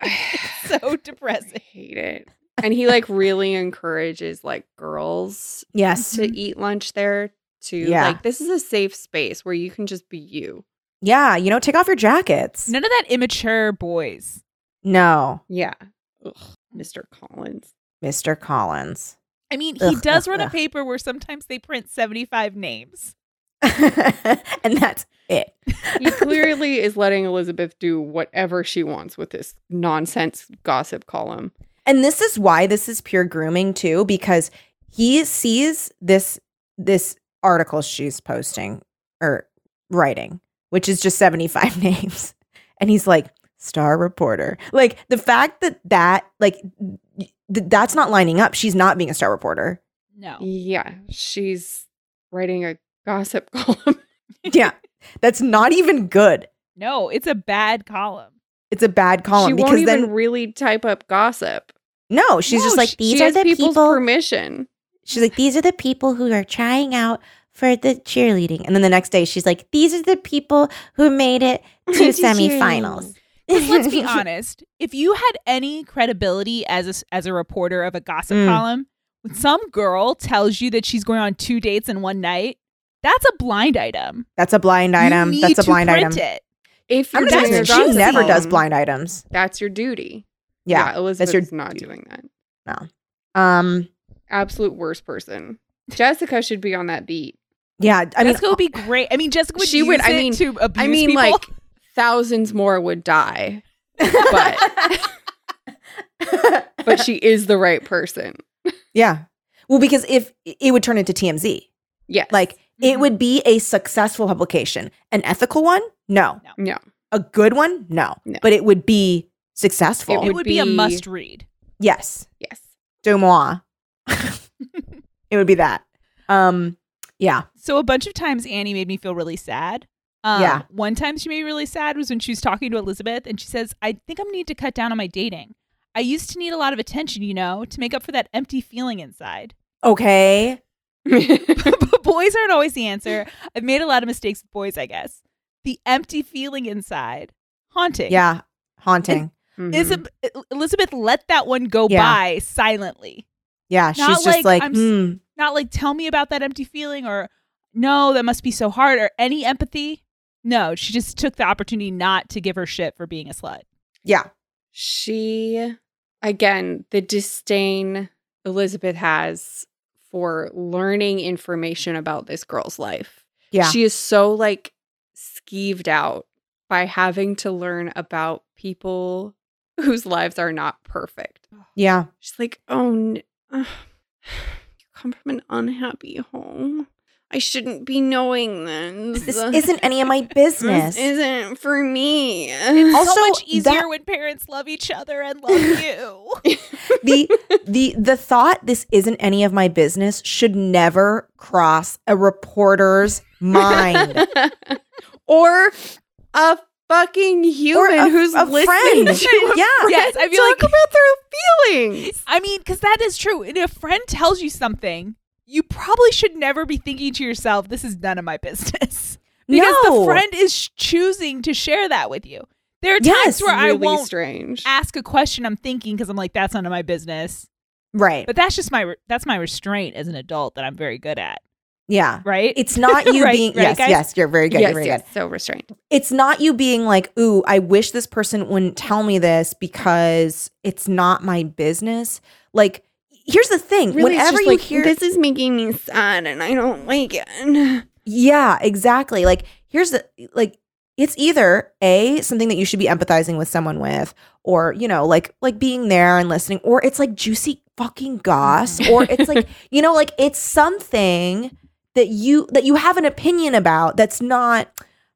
Speaker 4: So
Speaker 3: I
Speaker 4: depressing.
Speaker 3: hate it. And he like really encourages like girls
Speaker 2: Yes.
Speaker 3: to eat lunch there too.
Speaker 2: Mm-hmm. Yeah.
Speaker 3: Like this is a safe space where you can just be you.
Speaker 2: Yeah, you know, take off your jackets.
Speaker 4: None of that immature boys.
Speaker 2: No,
Speaker 3: Yeah. Ugh, Mr. Collins.
Speaker 2: Mr. Collins.
Speaker 4: I mean, he
Speaker 2: Ugh,
Speaker 4: does
Speaker 2: ugh,
Speaker 4: run a
Speaker 2: ugh.
Speaker 4: paper where sometimes they print seventy-five names.
Speaker 2: and that's it.
Speaker 3: He clearly is letting Elizabeth do whatever she wants with this nonsense gossip column.
Speaker 2: and this is why this is pure grooming too because he sees this this article she's posting or writing which is just 75 names and he's like star reporter like the fact that that like th- that's not lining up she's not being a star reporter
Speaker 4: No,
Speaker 3: Yeah. She's writing a gossip column.
Speaker 2: yeah that's not even good
Speaker 4: no, it's a bad column.
Speaker 2: it's a bad column
Speaker 3: she won't
Speaker 2: because
Speaker 3: even
Speaker 2: then
Speaker 3: really type up gossip.
Speaker 2: no she's
Speaker 4: No,
Speaker 2: just like
Speaker 4: she-
Speaker 3: she
Speaker 2: these are
Speaker 3: has
Speaker 2: the
Speaker 3: people's
Speaker 2: people
Speaker 3: permission.
Speaker 2: She's like, these are the people who are trying out for the cheerleading. And then the next day, she's like, these are the people who made it to semifinals.
Speaker 4: 'Cause let's be honest, if you had any credibility as a, s- as a reporter of a gossip
Speaker 2: Mm.
Speaker 4: column, when some girl tells you that she's going on two dates in one night, that's a blind item.
Speaker 2: That's a blind
Speaker 4: You
Speaker 2: item.
Speaker 4: need
Speaker 2: That's a
Speaker 4: to
Speaker 2: blind
Speaker 4: print
Speaker 2: item.
Speaker 4: It.
Speaker 3: If
Speaker 2: I'm
Speaker 3: you're
Speaker 2: just
Speaker 3: doing a
Speaker 2: saying,
Speaker 3: gossip
Speaker 2: she never does
Speaker 3: column,
Speaker 2: blind items.
Speaker 3: That's your duty.
Speaker 2: Yeah.
Speaker 3: Elizabeth's
Speaker 2: your
Speaker 3: not
Speaker 2: duty.
Speaker 3: doing that.
Speaker 2: Um.
Speaker 3: Absolute worst person. Jessica should be on that beat.
Speaker 2: Yeah. I mean,
Speaker 4: Jessica would be great. I mean, Jessica would
Speaker 3: She would-
Speaker 4: use
Speaker 3: I
Speaker 4: it
Speaker 3: mean-
Speaker 4: to abuse
Speaker 3: I mean,
Speaker 4: people.
Speaker 3: like thousands more would die, but but she is the right person.
Speaker 2: yeah. Well, because if it would turn into TMZ,
Speaker 3: Yes,
Speaker 2: like it
Speaker 4: Mhm.
Speaker 2: would be a successful publication, an ethical one, no.
Speaker 4: No.
Speaker 3: No.
Speaker 2: A good one, no.
Speaker 3: No.
Speaker 2: But it would be successful.
Speaker 4: it
Speaker 3: would
Speaker 4: would be a
Speaker 3: be-
Speaker 4: must read.
Speaker 2: yes.
Speaker 3: yes.
Speaker 2: de moi. it would be that. Um, yeah.
Speaker 4: So a bunch of times Annie made me feel really sad. Um,
Speaker 2: Yeah.
Speaker 4: One time she made me really sad was when she was talking to Elizabeth and she says, I think I need to cut down on my dating. I used to need a lot of attention, you know, to make up for that empty feeling inside.
Speaker 2: Okay.
Speaker 4: but boys aren't always the answer. I've made a lot of mistakes with boys, I guess. The empty feeling inside. Haunting.
Speaker 2: Yeah. Haunting.
Speaker 4: Is
Speaker 3: Mhm.
Speaker 4: Elizabeth let that one go
Speaker 2: Yeah.
Speaker 4: by silently.
Speaker 2: Yeah.
Speaker 4: Not
Speaker 2: She's just
Speaker 4: like
Speaker 2: like,
Speaker 4: I'm s-
Speaker 2: hmm.
Speaker 4: Not like, tell me about that empty feeling or no, that must be so hard or any empathy. No, she just took the opportunity not to give her shit for being a slut.
Speaker 2: yeah.
Speaker 3: she again the disdain Elizabeth has for learning information about this girl's life.
Speaker 2: Yeah.
Speaker 3: She is so like skeeved out by having to learn about people whose lives are not perfect.
Speaker 2: yeah.
Speaker 3: She's like, "Oh, n- ugh. you come from an unhappy home. I shouldn't be knowing this.
Speaker 2: This isn't any of my business.
Speaker 3: This isn't for me."
Speaker 2: Also,
Speaker 4: so much easier
Speaker 2: that-
Speaker 4: when parents love each other and love you.
Speaker 2: the the the thought this isn't any of my business should never cross a reporter's mind.
Speaker 3: or a fucking human
Speaker 2: a-
Speaker 3: who's
Speaker 2: a
Speaker 3: listening
Speaker 2: friend.
Speaker 3: to a
Speaker 2: Yeah.
Speaker 3: friend
Speaker 4: Yes, I feel
Speaker 3: talk
Speaker 4: like-
Speaker 3: about their feelings.
Speaker 4: I mean, because that is true. And if a friend tells you something, you probably should never be thinking to yourself, this is none of my business. Because
Speaker 2: No.
Speaker 4: the friend is sh- choosing to share that with you. There are times
Speaker 2: Yes,
Speaker 4: where I
Speaker 3: really
Speaker 4: won't
Speaker 3: strange.
Speaker 4: ask a question I'm thinking because I'm like, that's none of my business.
Speaker 2: Right.
Speaker 4: But that's just my re- that's my restraint as an adult that I'm very good at,
Speaker 2: yeah.
Speaker 4: right?
Speaker 2: It's not you
Speaker 4: Right,
Speaker 2: being
Speaker 4: right,
Speaker 2: yes,
Speaker 4: guys?
Speaker 2: yes, you're very good.
Speaker 3: yes,
Speaker 2: you're very
Speaker 3: yes,
Speaker 2: good.
Speaker 3: so restrained.
Speaker 2: It's not you being like, ooh, I wish this person wouldn't tell me this because it's not my business. Like, here's the thing.
Speaker 3: Really, it's
Speaker 2: Whenever
Speaker 3: just
Speaker 2: you
Speaker 3: like,
Speaker 2: hear
Speaker 3: this is making me sad and I don't like it.
Speaker 2: Yeah, exactly. Like here's the like it's either a something that you should be empathizing with someone with or you know like like being there and listening or it's like juicy fucking goss or it's like you know like it's something that you that you have an opinion about that's not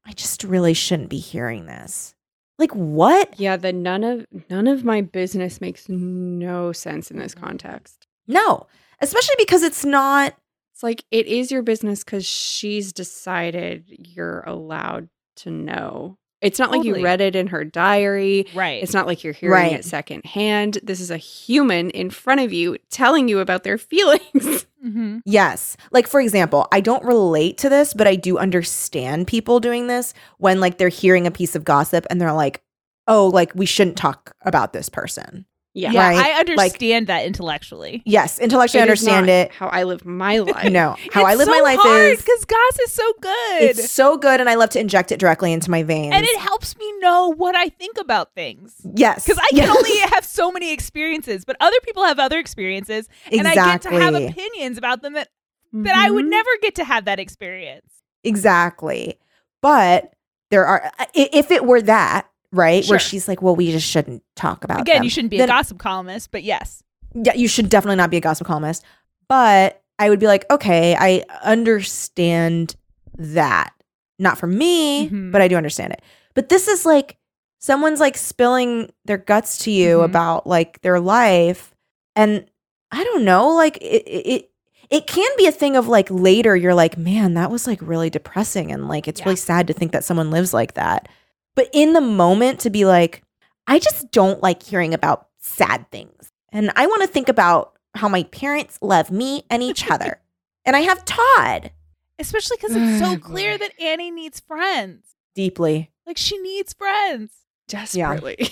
Speaker 2: I just really shouldn't be hearing this. Like what?
Speaker 3: Yeah, the none of none of my business makes no sense in
Speaker 2: Mm.
Speaker 3: this context.
Speaker 2: No. Especially because it's not
Speaker 3: It's like it is your business because she's decided you're allowed to know. It's not like
Speaker 4: Totally.
Speaker 3: you read it in her diary.
Speaker 4: right.
Speaker 3: It's not like you're hearing
Speaker 2: Right.
Speaker 3: it secondhand. This is a human in front of you telling you about their feelings.
Speaker 4: mm-hmm.
Speaker 2: Yes. Like, for example, I don't relate to this, but I do understand people doing this when, like, they're hearing a piece of gossip and they're like, oh, like, we shouldn't talk about this person.
Speaker 4: Yeah,
Speaker 2: Right?
Speaker 4: I
Speaker 2: Like-
Speaker 4: understand that intellectually.
Speaker 2: Yes. Intellectually
Speaker 3: It is
Speaker 2: understand
Speaker 3: not
Speaker 2: it.
Speaker 3: How I live my life.
Speaker 2: No. How I live my life is
Speaker 4: because Goss is so good,
Speaker 2: it's so good and I love to inject it directly into my veins.
Speaker 4: and it helps me know what I think about things.
Speaker 2: yes.
Speaker 4: Because I can
Speaker 2: Yes.
Speaker 4: only have so many experiences, but other people have other experiences, and I get to have
Speaker 2: Exactly. Mm-hmm.
Speaker 4: opinions about them that, that I would
Speaker 3: Mhm.
Speaker 4: never get to have that experience.
Speaker 2: Exactly. But there are, i- if it were that, right,
Speaker 4: Sure.
Speaker 2: where she's like, well, we just shouldn't talk about
Speaker 4: Again,
Speaker 2: them.
Speaker 4: you shouldn't be
Speaker 2: Then-
Speaker 4: a gossip columnist, but yes,
Speaker 2: yeah, you should definitely not be a gossip columnist, but I would be like, okay, I understand that. Not for me,
Speaker 4: Mhm.
Speaker 2: but I do understand it. But this is like someone's like spilling their guts to you
Speaker 4: Mhm.
Speaker 2: about like their life and I don't know, like it, it it- it can be a thing of like later you're like, man, that was like really depressing and like it's
Speaker 4: Yeah.
Speaker 2: really sad to think that someone lives like that. But in the moment to be like, I just don't like hearing about sad things. And I want to think about how my parents love me and each other. and I have Todd
Speaker 4: especially because it's so
Speaker 3: Oh,
Speaker 4: clear
Speaker 3: boy.
Speaker 4: that Annie needs friends.
Speaker 2: deeply,
Speaker 4: Like she needs friends.
Speaker 3: Desperately.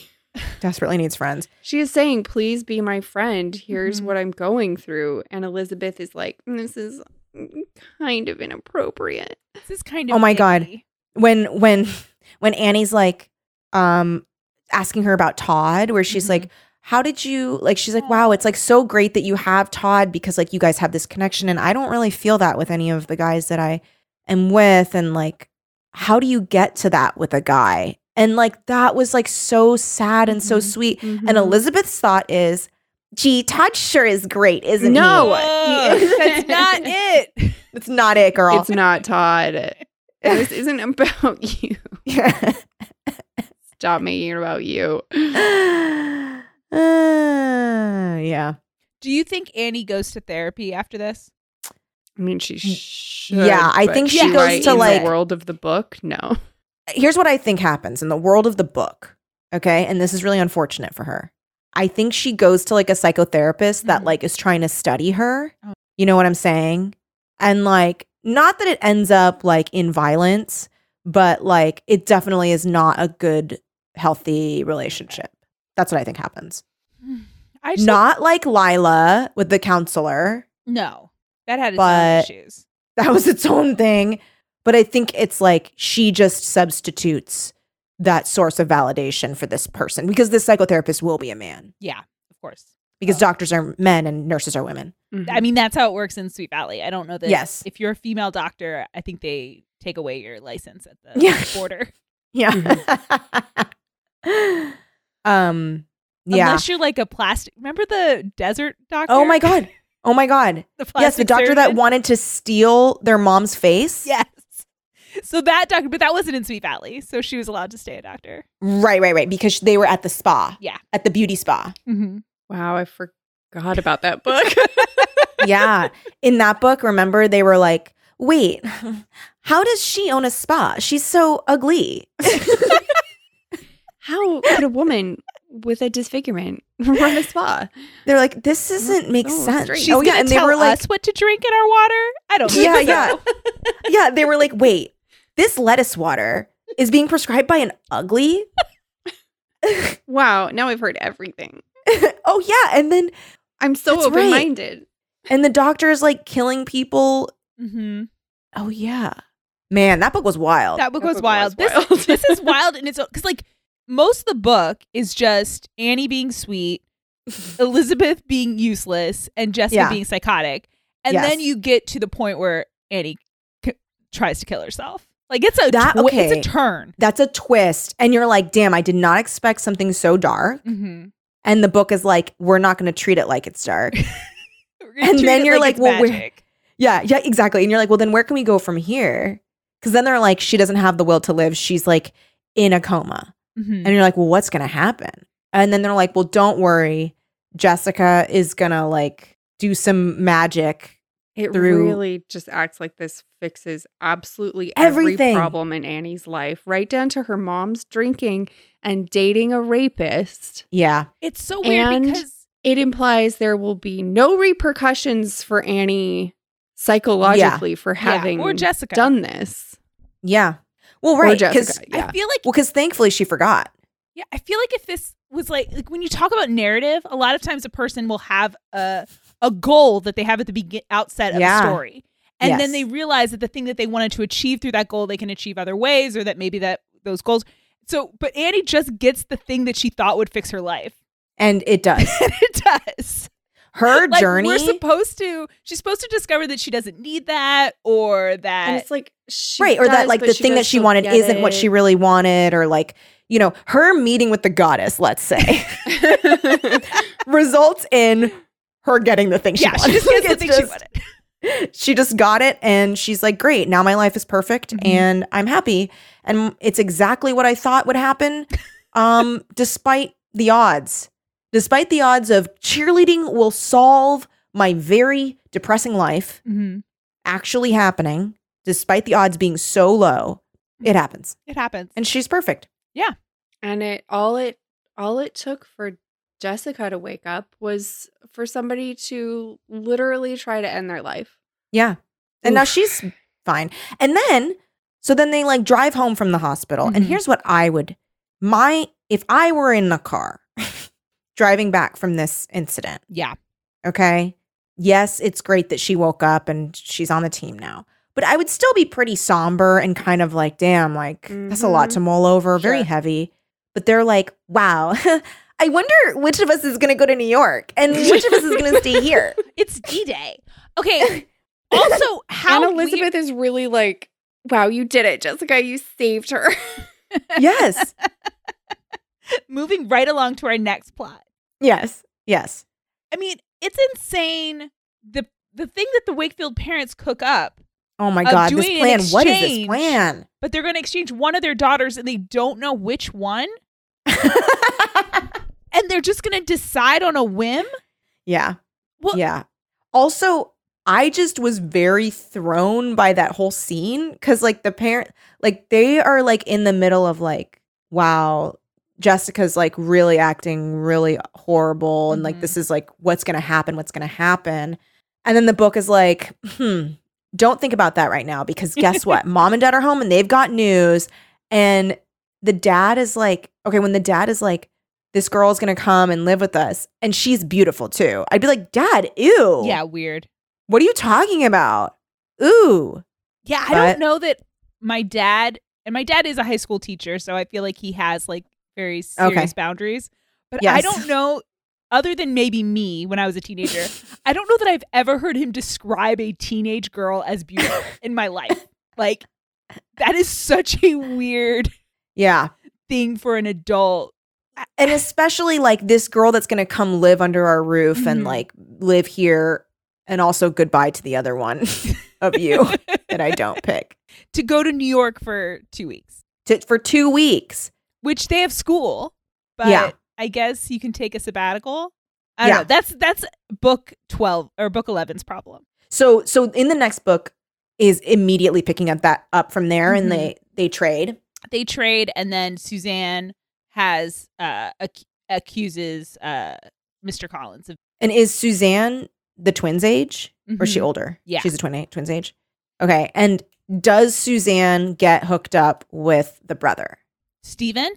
Speaker 2: desperately needs friends.
Speaker 3: She is saying, please be my friend. Here's
Speaker 4: Mhm.
Speaker 3: what I'm going through. And Elizabeth is like, this is kind of inappropriate.
Speaker 4: This is kind of
Speaker 2: Oh my God.
Speaker 4: icky.
Speaker 2: When when when Annie's like um asking her about Todd where she's
Speaker 4: Mhm.
Speaker 2: like how did you like she's like wow it's like so great that you have Todd because like you guys have this connection and I don't really feel that with any of the guys that I am with and like how do you get to that with a guy? And like that was like so sad and so
Speaker 4: Mhm.
Speaker 2: sweet And Elizabeth's thought is, gee, Todd sure is great, isn't
Speaker 3: No.
Speaker 2: he?
Speaker 4: Whoa, that's not it.
Speaker 2: It's not it, girl.
Speaker 3: it's not Todd. this isn't about you. Stop making it about you.
Speaker 2: Uh, yeah.
Speaker 4: Do you think Annie goes to therapy after this?
Speaker 3: I mean, she should.
Speaker 2: Yeah, I
Speaker 3: but
Speaker 2: think she
Speaker 4: goes
Speaker 3: right
Speaker 4: to,
Speaker 3: in
Speaker 4: like-
Speaker 3: the world of the book. No,
Speaker 2: Here's what I think happens in the world of the book. Okay. And this is really unfortunate for her. I think she goes to like a psychotherapist that
Speaker 4: Mhm.
Speaker 2: like is trying to study her.
Speaker 4: Oh.
Speaker 2: You know what I'm saying? And like, not that it ends up like in violence, but like it definitely is not a good, healthy relationship. That's what I think happens.
Speaker 4: I just
Speaker 2: Not like Lila with the counselor.
Speaker 4: no. That had its own
Speaker 2: But-
Speaker 4: issues.
Speaker 2: That was its own thing. But I think it's like she just substitutes that source of validation for this person because this psychotherapist will be a man
Speaker 4: Yeah, of course.
Speaker 2: because
Speaker 4: Oh.
Speaker 2: doctors are men and nurses are women.
Speaker 4: I mean, that's how it works in Sweet Valley. I don't know that.
Speaker 2: Yes.
Speaker 4: If you're a female doctor, I think they take away your license at the
Speaker 2: Yeah.
Speaker 4: border.
Speaker 2: Yeah. Mm-hmm. um yeah.
Speaker 4: Unless you're like a plastic. Remember the desert doctor?
Speaker 2: oh my god. Oh my god.
Speaker 4: The
Speaker 2: Yes, the
Speaker 4: plastic
Speaker 2: doctor that
Speaker 4: surgeon?
Speaker 2: wanted to steal their mom's face.
Speaker 4: Yes. So that doctor, but that wasn't in Sweet Valley. So she was allowed to stay a doctor.
Speaker 2: Right, right, right. Because they were at the spa.
Speaker 4: Yeah.
Speaker 2: At the beauty spa.
Speaker 4: Mm-hmm.
Speaker 3: wow, I forgot about that book.
Speaker 2: yeah. In that book, remember they were like, "Wait, how does she own a spa? She's so ugly."
Speaker 3: How could a woman with a disfigurement run a spa?
Speaker 2: They're like, "This doesn't make
Speaker 3: Oh,
Speaker 2: sense."
Speaker 3: strange.
Speaker 4: She's
Speaker 2: oh
Speaker 4: gonna
Speaker 2: yeah, and
Speaker 4: tell
Speaker 2: they were like,
Speaker 4: us what to drink in our water. I don't. Think
Speaker 2: Yeah,
Speaker 4: so.
Speaker 2: yeah. "Yeah, they were like, wait, this lettuce water is being prescribed by an ugly."
Speaker 3: Wow, now I've heard everything.
Speaker 2: oh yeah, and then
Speaker 3: I'm so
Speaker 2: That's right.
Speaker 3: open minded.
Speaker 2: And the doctor is like killing people.
Speaker 4: Mm-hmm.
Speaker 2: Oh yeah. Man, that book was wild.
Speaker 4: That book
Speaker 3: That
Speaker 4: was
Speaker 3: book was
Speaker 4: wild.
Speaker 3: wild.
Speaker 4: This, this is wild in its own because like most of the book is just Annie being sweet, Elizabeth being useless, and Jessica
Speaker 2: Yeah.
Speaker 4: being psychotic, and
Speaker 2: Yes.
Speaker 4: then you get to the point where Annie c- tries to kill herself. Like it's a
Speaker 2: That-
Speaker 4: twi-
Speaker 2: okay.
Speaker 4: it's a turn.
Speaker 2: That's a twist. And you're like, damn, I did not expect something so dark.
Speaker 4: Mm-hmm.
Speaker 2: And the book is like, we're not going to treat it like it's dark. And then you're like, well, where- yeah, yeah, exactly. And you're like, well, then where can we go from here? Because then they're like, she doesn't have the will to live. She's like in a coma.
Speaker 3: Mm-hmm.
Speaker 4: hmm
Speaker 2: And you're like, well, what's going to happen? And then they're like, well, don't worry. Jessica is going to like do some magic.
Speaker 3: It
Speaker 2: through-
Speaker 3: really just acts like this fixes absolutely every
Speaker 2: Everything.
Speaker 3: problem in Annie's life, right down to her mom's drinking and dating a rapist.
Speaker 2: Yeah.
Speaker 4: it's so weird
Speaker 3: And-
Speaker 4: because
Speaker 3: It implies there will be no repercussions for Annie psychologically for
Speaker 4: Yeah,
Speaker 3: having
Speaker 4: or Jessica
Speaker 3: done this.
Speaker 2: Yeah. Well,
Speaker 3: Or
Speaker 2: right. Because
Speaker 3: Jessica, yeah.
Speaker 4: I feel like
Speaker 2: well, 'cause thankfully she forgot.
Speaker 4: Yeah, I feel like if this was like like when you talk about narrative, a lot of times a person will have a a goal that they have at the begin outset of
Speaker 2: Yeah.
Speaker 4: a story. And
Speaker 2: Yes.
Speaker 4: then they realize that the thing that they wanted to achieve through that goal they can achieve other ways or that maybe that those goals. So, but Annie just gets the thing that she thought would fix her life.
Speaker 2: And it does.
Speaker 4: And it does.
Speaker 2: Her
Speaker 4: Like,
Speaker 2: journey.
Speaker 4: We're supposed to she's supposed to discover that she doesn't need that or
Speaker 3: And
Speaker 4: that
Speaker 3: it's like she
Speaker 2: right or
Speaker 3: does,
Speaker 2: that like
Speaker 3: but
Speaker 2: the thing that
Speaker 3: doesn't
Speaker 2: she wanted
Speaker 3: get
Speaker 2: isn't what she
Speaker 3: it.
Speaker 2: really wanted or like you know her meeting with the goddess let's say results in her getting the thing she
Speaker 4: Yeah,
Speaker 2: wanted
Speaker 4: she just gets the
Speaker 2: It's
Speaker 4: thing she
Speaker 2: just-
Speaker 4: wanted.
Speaker 2: she just got it and she's like great now my life is perfect
Speaker 4: Mhm.
Speaker 2: and i'm happy and it's exactly what i thought would happen um despite the odds despite the odds of cheerleading will solve my very depressing life
Speaker 4: Mhm.
Speaker 2: actually happening, despite the odds being so low,
Speaker 4: Mm-hmm.
Speaker 2: it happens.
Speaker 4: It happens.
Speaker 2: And she's perfect.
Speaker 3: and it all it all it took for Jessica to wake up was for somebody to literally try to end their life.
Speaker 2: Yeah. And now
Speaker 3: Oof.
Speaker 2: she's fine. And then, so then they like drive home from the hospital. And
Speaker 3: Mm-hmm.
Speaker 4: Mhm.
Speaker 2: here's what I would, my, if I were in the car driving back from this incident,
Speaker 4: yeah.
Speaker 2: okay? Yes, it's great that she woke up and she's on the team now. But I would still be pretty somber and kind of like, damn, like that's a lot
Speaker 3: Mhm.
Speaker 2: to mull over, very
Speaker 3: Sure.
Speaker 2: heavy. But they're like, wow, I wonder which of us is going to go to New York and which of us is going to stay here.
Speaker 4: It's D-Day. Okay. Also, how
Speaker 3: and
Speaker 4: weird-
Speaker 3: Elizabeth is really like, wow, you did it, Jessica. You saved her.
Speaker 2: Yes.
Speaker 4: moving right along to our next plot.
Speaker 2: Yes. Yes.
Speaker 4: I mean, it's insane the the thing that the Wakefield parents cook up,
Speaker 2: Oh my
Speaker 4: Of
Speaker 2: God, this
Speaker 4: doing an
Speaker 2: plan. What is this
Speaker 4: exchange.
Speaker 2: plan?
Speaker 4: but they're going to exchange one of their daughters and they don't know which one, and they're just going to decide on a whim.
Speaker 2: yeah.
Speaker 4: Well,
Speaker 2: yeah. Also, I just was very thrown by that whole scene because, like, the parent, like, they are like in the middle of like, wow, Jessica's like really acting really horrible, and like,
Speaker 4: Mhm.
Speaker 2: this is like what's gonna happen, what's gonna happen, and then the book is like, hmm, don't think about that right now because guess what, mom and dad are home and they've got news, and the dad is like, okay, when the dad is like, this girl's gonna come and live with us, and she's beautiful too. I'd be like, Dad, ew.
Speaker 4: yeah, weird.
Speaker 2: What are you talking about? Ooh.
Speaker 4: Yeah, I
Speaker 2: But-
Speaker 4: don't know that my dad and my dad is a high school teacher, so I feel like he has like very serious
Speaker 2: Okay.
Speaker 4: boundaries. But I
Speaker 2: Yes.
Speaker 4: don't know other than maybe me when I was a teenager, I don't know that I've ever heard him describe a teenage girl as beautiful in my life. Like that is such a weird
Speaker 2: Yeah.
Speaker 4: thing for an adult.
Speaker 2: And especially like this girl that's gonna come live under our roof and
Speaker 4: Mhm.
Speaker 2: like live here and also goodbye to the other one of you that I don't pick.
Speaker 4: to go to New York for 2 weeks,
Speaker 2: To, for two weeks.
Speaker 4: which they have school, but
Speaker 2: Yeah.
Speaker 4: I guess you can take a sabbatical. I don't
Speaker 2: Yeah.
Speaker 4: know. That's that's book 12 or book 11's problem.
Speaker 2: So so in the next book is immediately picking up that up from there
Speaker 4: Mhm.
Speaker 2: and they they trade.
Speaker 4: they trade and then suzanne has uh ac- accuses uh mr collins of
Speaker 2: And is Suzanne the twins age? Or is she
Speaker 4: Mhm.
Speaker 2: older?
Speaker 4: Yeah.
Speaker 2: She's a twin age, twins age. Okay. And does Suzanne get hooked up with the brother?
Speaker 4: steven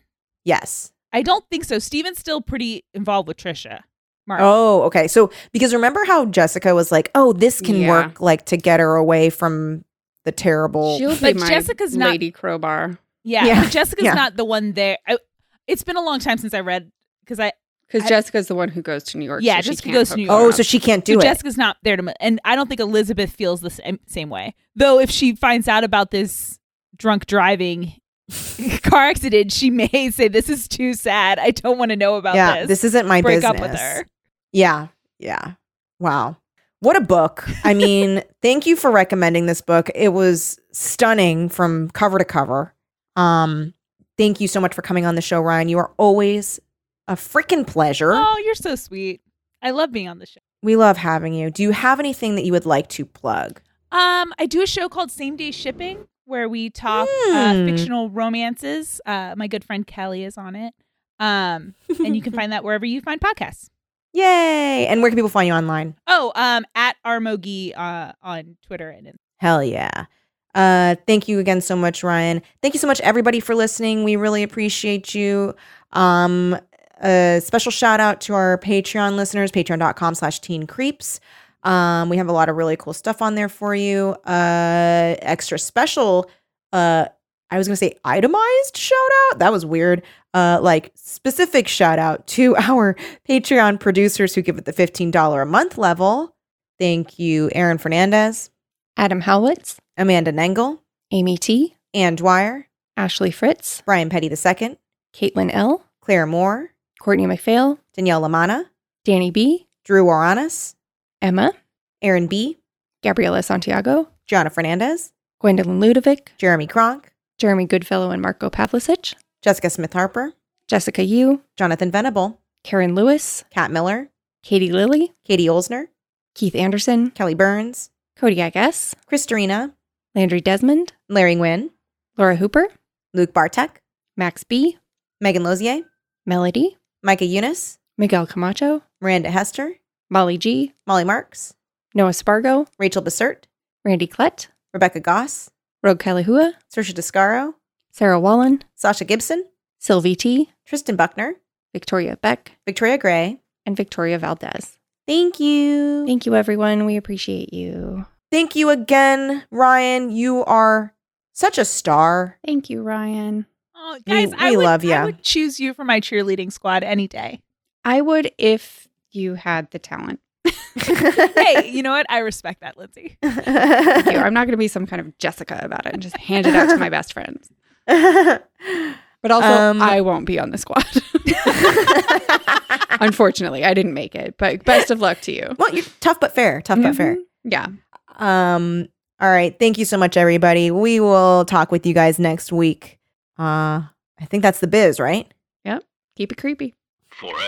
Speaker 2: Yes.
Speaker 4: i don't think so steven's still pretty involved with trisha Mark.
Speaker 2: Oh, okay. So because remember how Jessica was like, "Oh, this can
Speaker 3: Yeah.
Speaker 2: work," like to get her away from the terrible.
Speaker 3: She'll be
Speaker 4: But
Speaker 3: my
Speaker 4: Jessica's not-
Speaker 3: lady crowbar
Speaker 4: Yeah,
Speaker 2: Yeah.
Speaker 4: but Jessica's
Speaker 2: Yeah.
Speaker 4: not the one there. I, it's been a long time since I read because I
Speaker 3: because
Speaker 4: I-
Speaker 3: Jessica's the one who goes to New York.
Speaker 4: Yeah,
Speaker 3: so she
Speaker 4: Jessica
Speaker 3: can't
Speaker 4: goes to
Speaker 3: hook
Speaker 4: New
Speaker 3: her
Speaker 4: York.
Speaker 2: oh,
Speaker 3: up.
Speaker 2: so she can't do
Speaker 4: so
Speaker 2: it.
Speaker 4: Jessica's not there to, and I don't think Elizabeth feels the same, same way. Though if she finds out about this drunk driving car accident, she may say, "This is too sad. I don't want to know about
Speaker 2: yeah,
Speaker 4: this.
Speaker 2: this. isn't my
Speaker 4: Break
Speaker 2: business.
Speaker 4: up with her."
Speaker 2: Yeah, yeah. Wow, what a book! I mean, thank you for recommending this book. It was stunning from cover to cover. Um, thank you so much for coming on the show, Ryan. You are always a freaking pleasure.
Speaker 4: Oh, you're so sweet. I love being on the show.
Speaker 2: We love having you. Do you have anything that you would like to plug?
Speaker 4: Um, I do a show called Same Day Shipping where we talk
Speaker 2: Hmm.
Speaker 4: uh, fictional romances. Uh, my good friend Kelly is on it. Um, and you can find that wherever you find podcasts.
Speaker 2: Yay! And where can people find you online?
Speaker 4: Oh, um, at Armogi uh, on Twitter and Instagram.
Speaker 2: Hell yeah. Uh, thank you again so much, Ryan. Thank you so much, everybody, for listening. We really appreciate you. Um, a special shout out to our Patreon listeners, patreon.com slash teen creeps. Um, we have a lot of really cool stuff on there for you. Uh, extra special, uh, I was going to say itemized shout out. That was weird. Uh, like specific shout out to our Patreon producers who give it the $15 a month level. Thank you, Aaron Fernandez.
Speaker 5: Adam Howitz,
Speaker 2: Amanda Nengel,
Speaker 5: Amy T,
Speaker 2: Ann Dwyer,
Speaker 5: Ashley Fritz,
Speaker 2: Brian Petty II,
Speaker 5: Caitlin L,
Speaker 2: Claire Moore,
Speaker 5: Courtney McPhail,
Speaker 2: Danielle Lamana,
Speaker 5: Danny B,
Speaker 2: Drew Waranis,
Speaker 5: Emma,
Speaker 2: Aaron B.,
Speaker 5: Gabriela Santiago,
Speaker 2: Gianna Fernandez,
Speaker 5: Gwendolyn Ludovic,
Speaker 2: Jeremy Kronk,
Speaker 5: Jeremy Goodfellow and Marco Pavlicic,
Speaker 2: Jessica Smith Harper,
Speaker 5: Jessica Yu,
Speaker 2: Jonathan Venable,
Speaker 5: Karen Lewis,
Speaker 2: Kat Miller,
Speaker 5: Katie Lilly,
Speaker 2: Katie Olsner,
Speaker 5: Keith Anderson,
Speaker 2: Kelly Burns,
Speaker 5: Kodiak S,
Speaker 2: Christorina,
Speaker 5: Landry Desmond,
Speaker 2: Larry Nguyen,
Speaker 5: Laura Hooper,
Speaker 2: Luke Bartek,
Speaker 5: Max B,
Speaker 2: Megan Lozier,
Speaker 5: Melody,
Speaker 2: Micah Eunice,
Speaker 5: Miguel Camacho,
Speaker 2: Miranda Hester,
Speaker 5: Molly G,
Speaker 2: Molly Marks,
Speaker 5: Noah Spargo,
Speaker 2: Rachel Bessert,
Speaker 5: Randy Klett,
Speaker 2: Rebecca Goss,
Speaker 5: Rogue Kalahua,
Speaker 2: Sersha Descaro,
Speaker 5: Sarah Wallen,
Speaker 2: Sasha Gibson,
Speaker 5: Sylvie T,
Speaker 2: Tristan Buckner,
Speaker 5: Victoria Beck,
Speaker 2: Victoria Gray.
Speaker 5: and Victoria Valdez.
Speaker 2: Thank you.
Speaker 5: Thank you, everyone. We appreciate you.
Speaker 2: Thank you again, Ryan. You are such a star.
Speaker 5: Thank you, Ryan.
Speaker 4: Oh,
Speaker 2: We-
Speaker 4: guys, I
Speaker 2: we
Speaker 4: would,
Speaker 2: love ya.
Speaker 4: I would choose you for my cheerleading squad any day.
Speaker 3: I would if you had the talent.
Speaker 4: hey, you know what? I respect that, Lindsay.
Speaker 3: Thank you. I'm not going to be some kind of Jessica about it and just hand it out to my best friends. But also,
Speaker 2: Um,
Speaker 3: I won't be on the squad. Unfortunately, I didn't make it. But best of luck to you.
Speaker 2: well, you're tough but fair. Tough
Speaker 5: Mm-hmm.
Speaker 2: but fair.
Speaker 3: Yeah.
Speaker 2: Um, all right. Thank you so much, everybody. We will talk with you guys next week. Uh, I think that's the biz, right?
Speaker 3: Keep it creepy.
Speaker 1: Forever.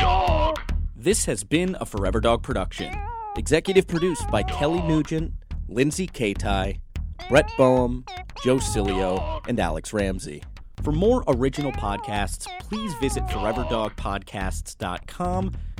Speaker 1: Dog.
Speaker 6: This has been a Forever Dog production. Executive produced by Kelly Nugent, Lindsay Katai, Brett Boehm, Joe Cilio, and Alex Ramsey. For more original podcasts, please visit foreverdogpodcasts.com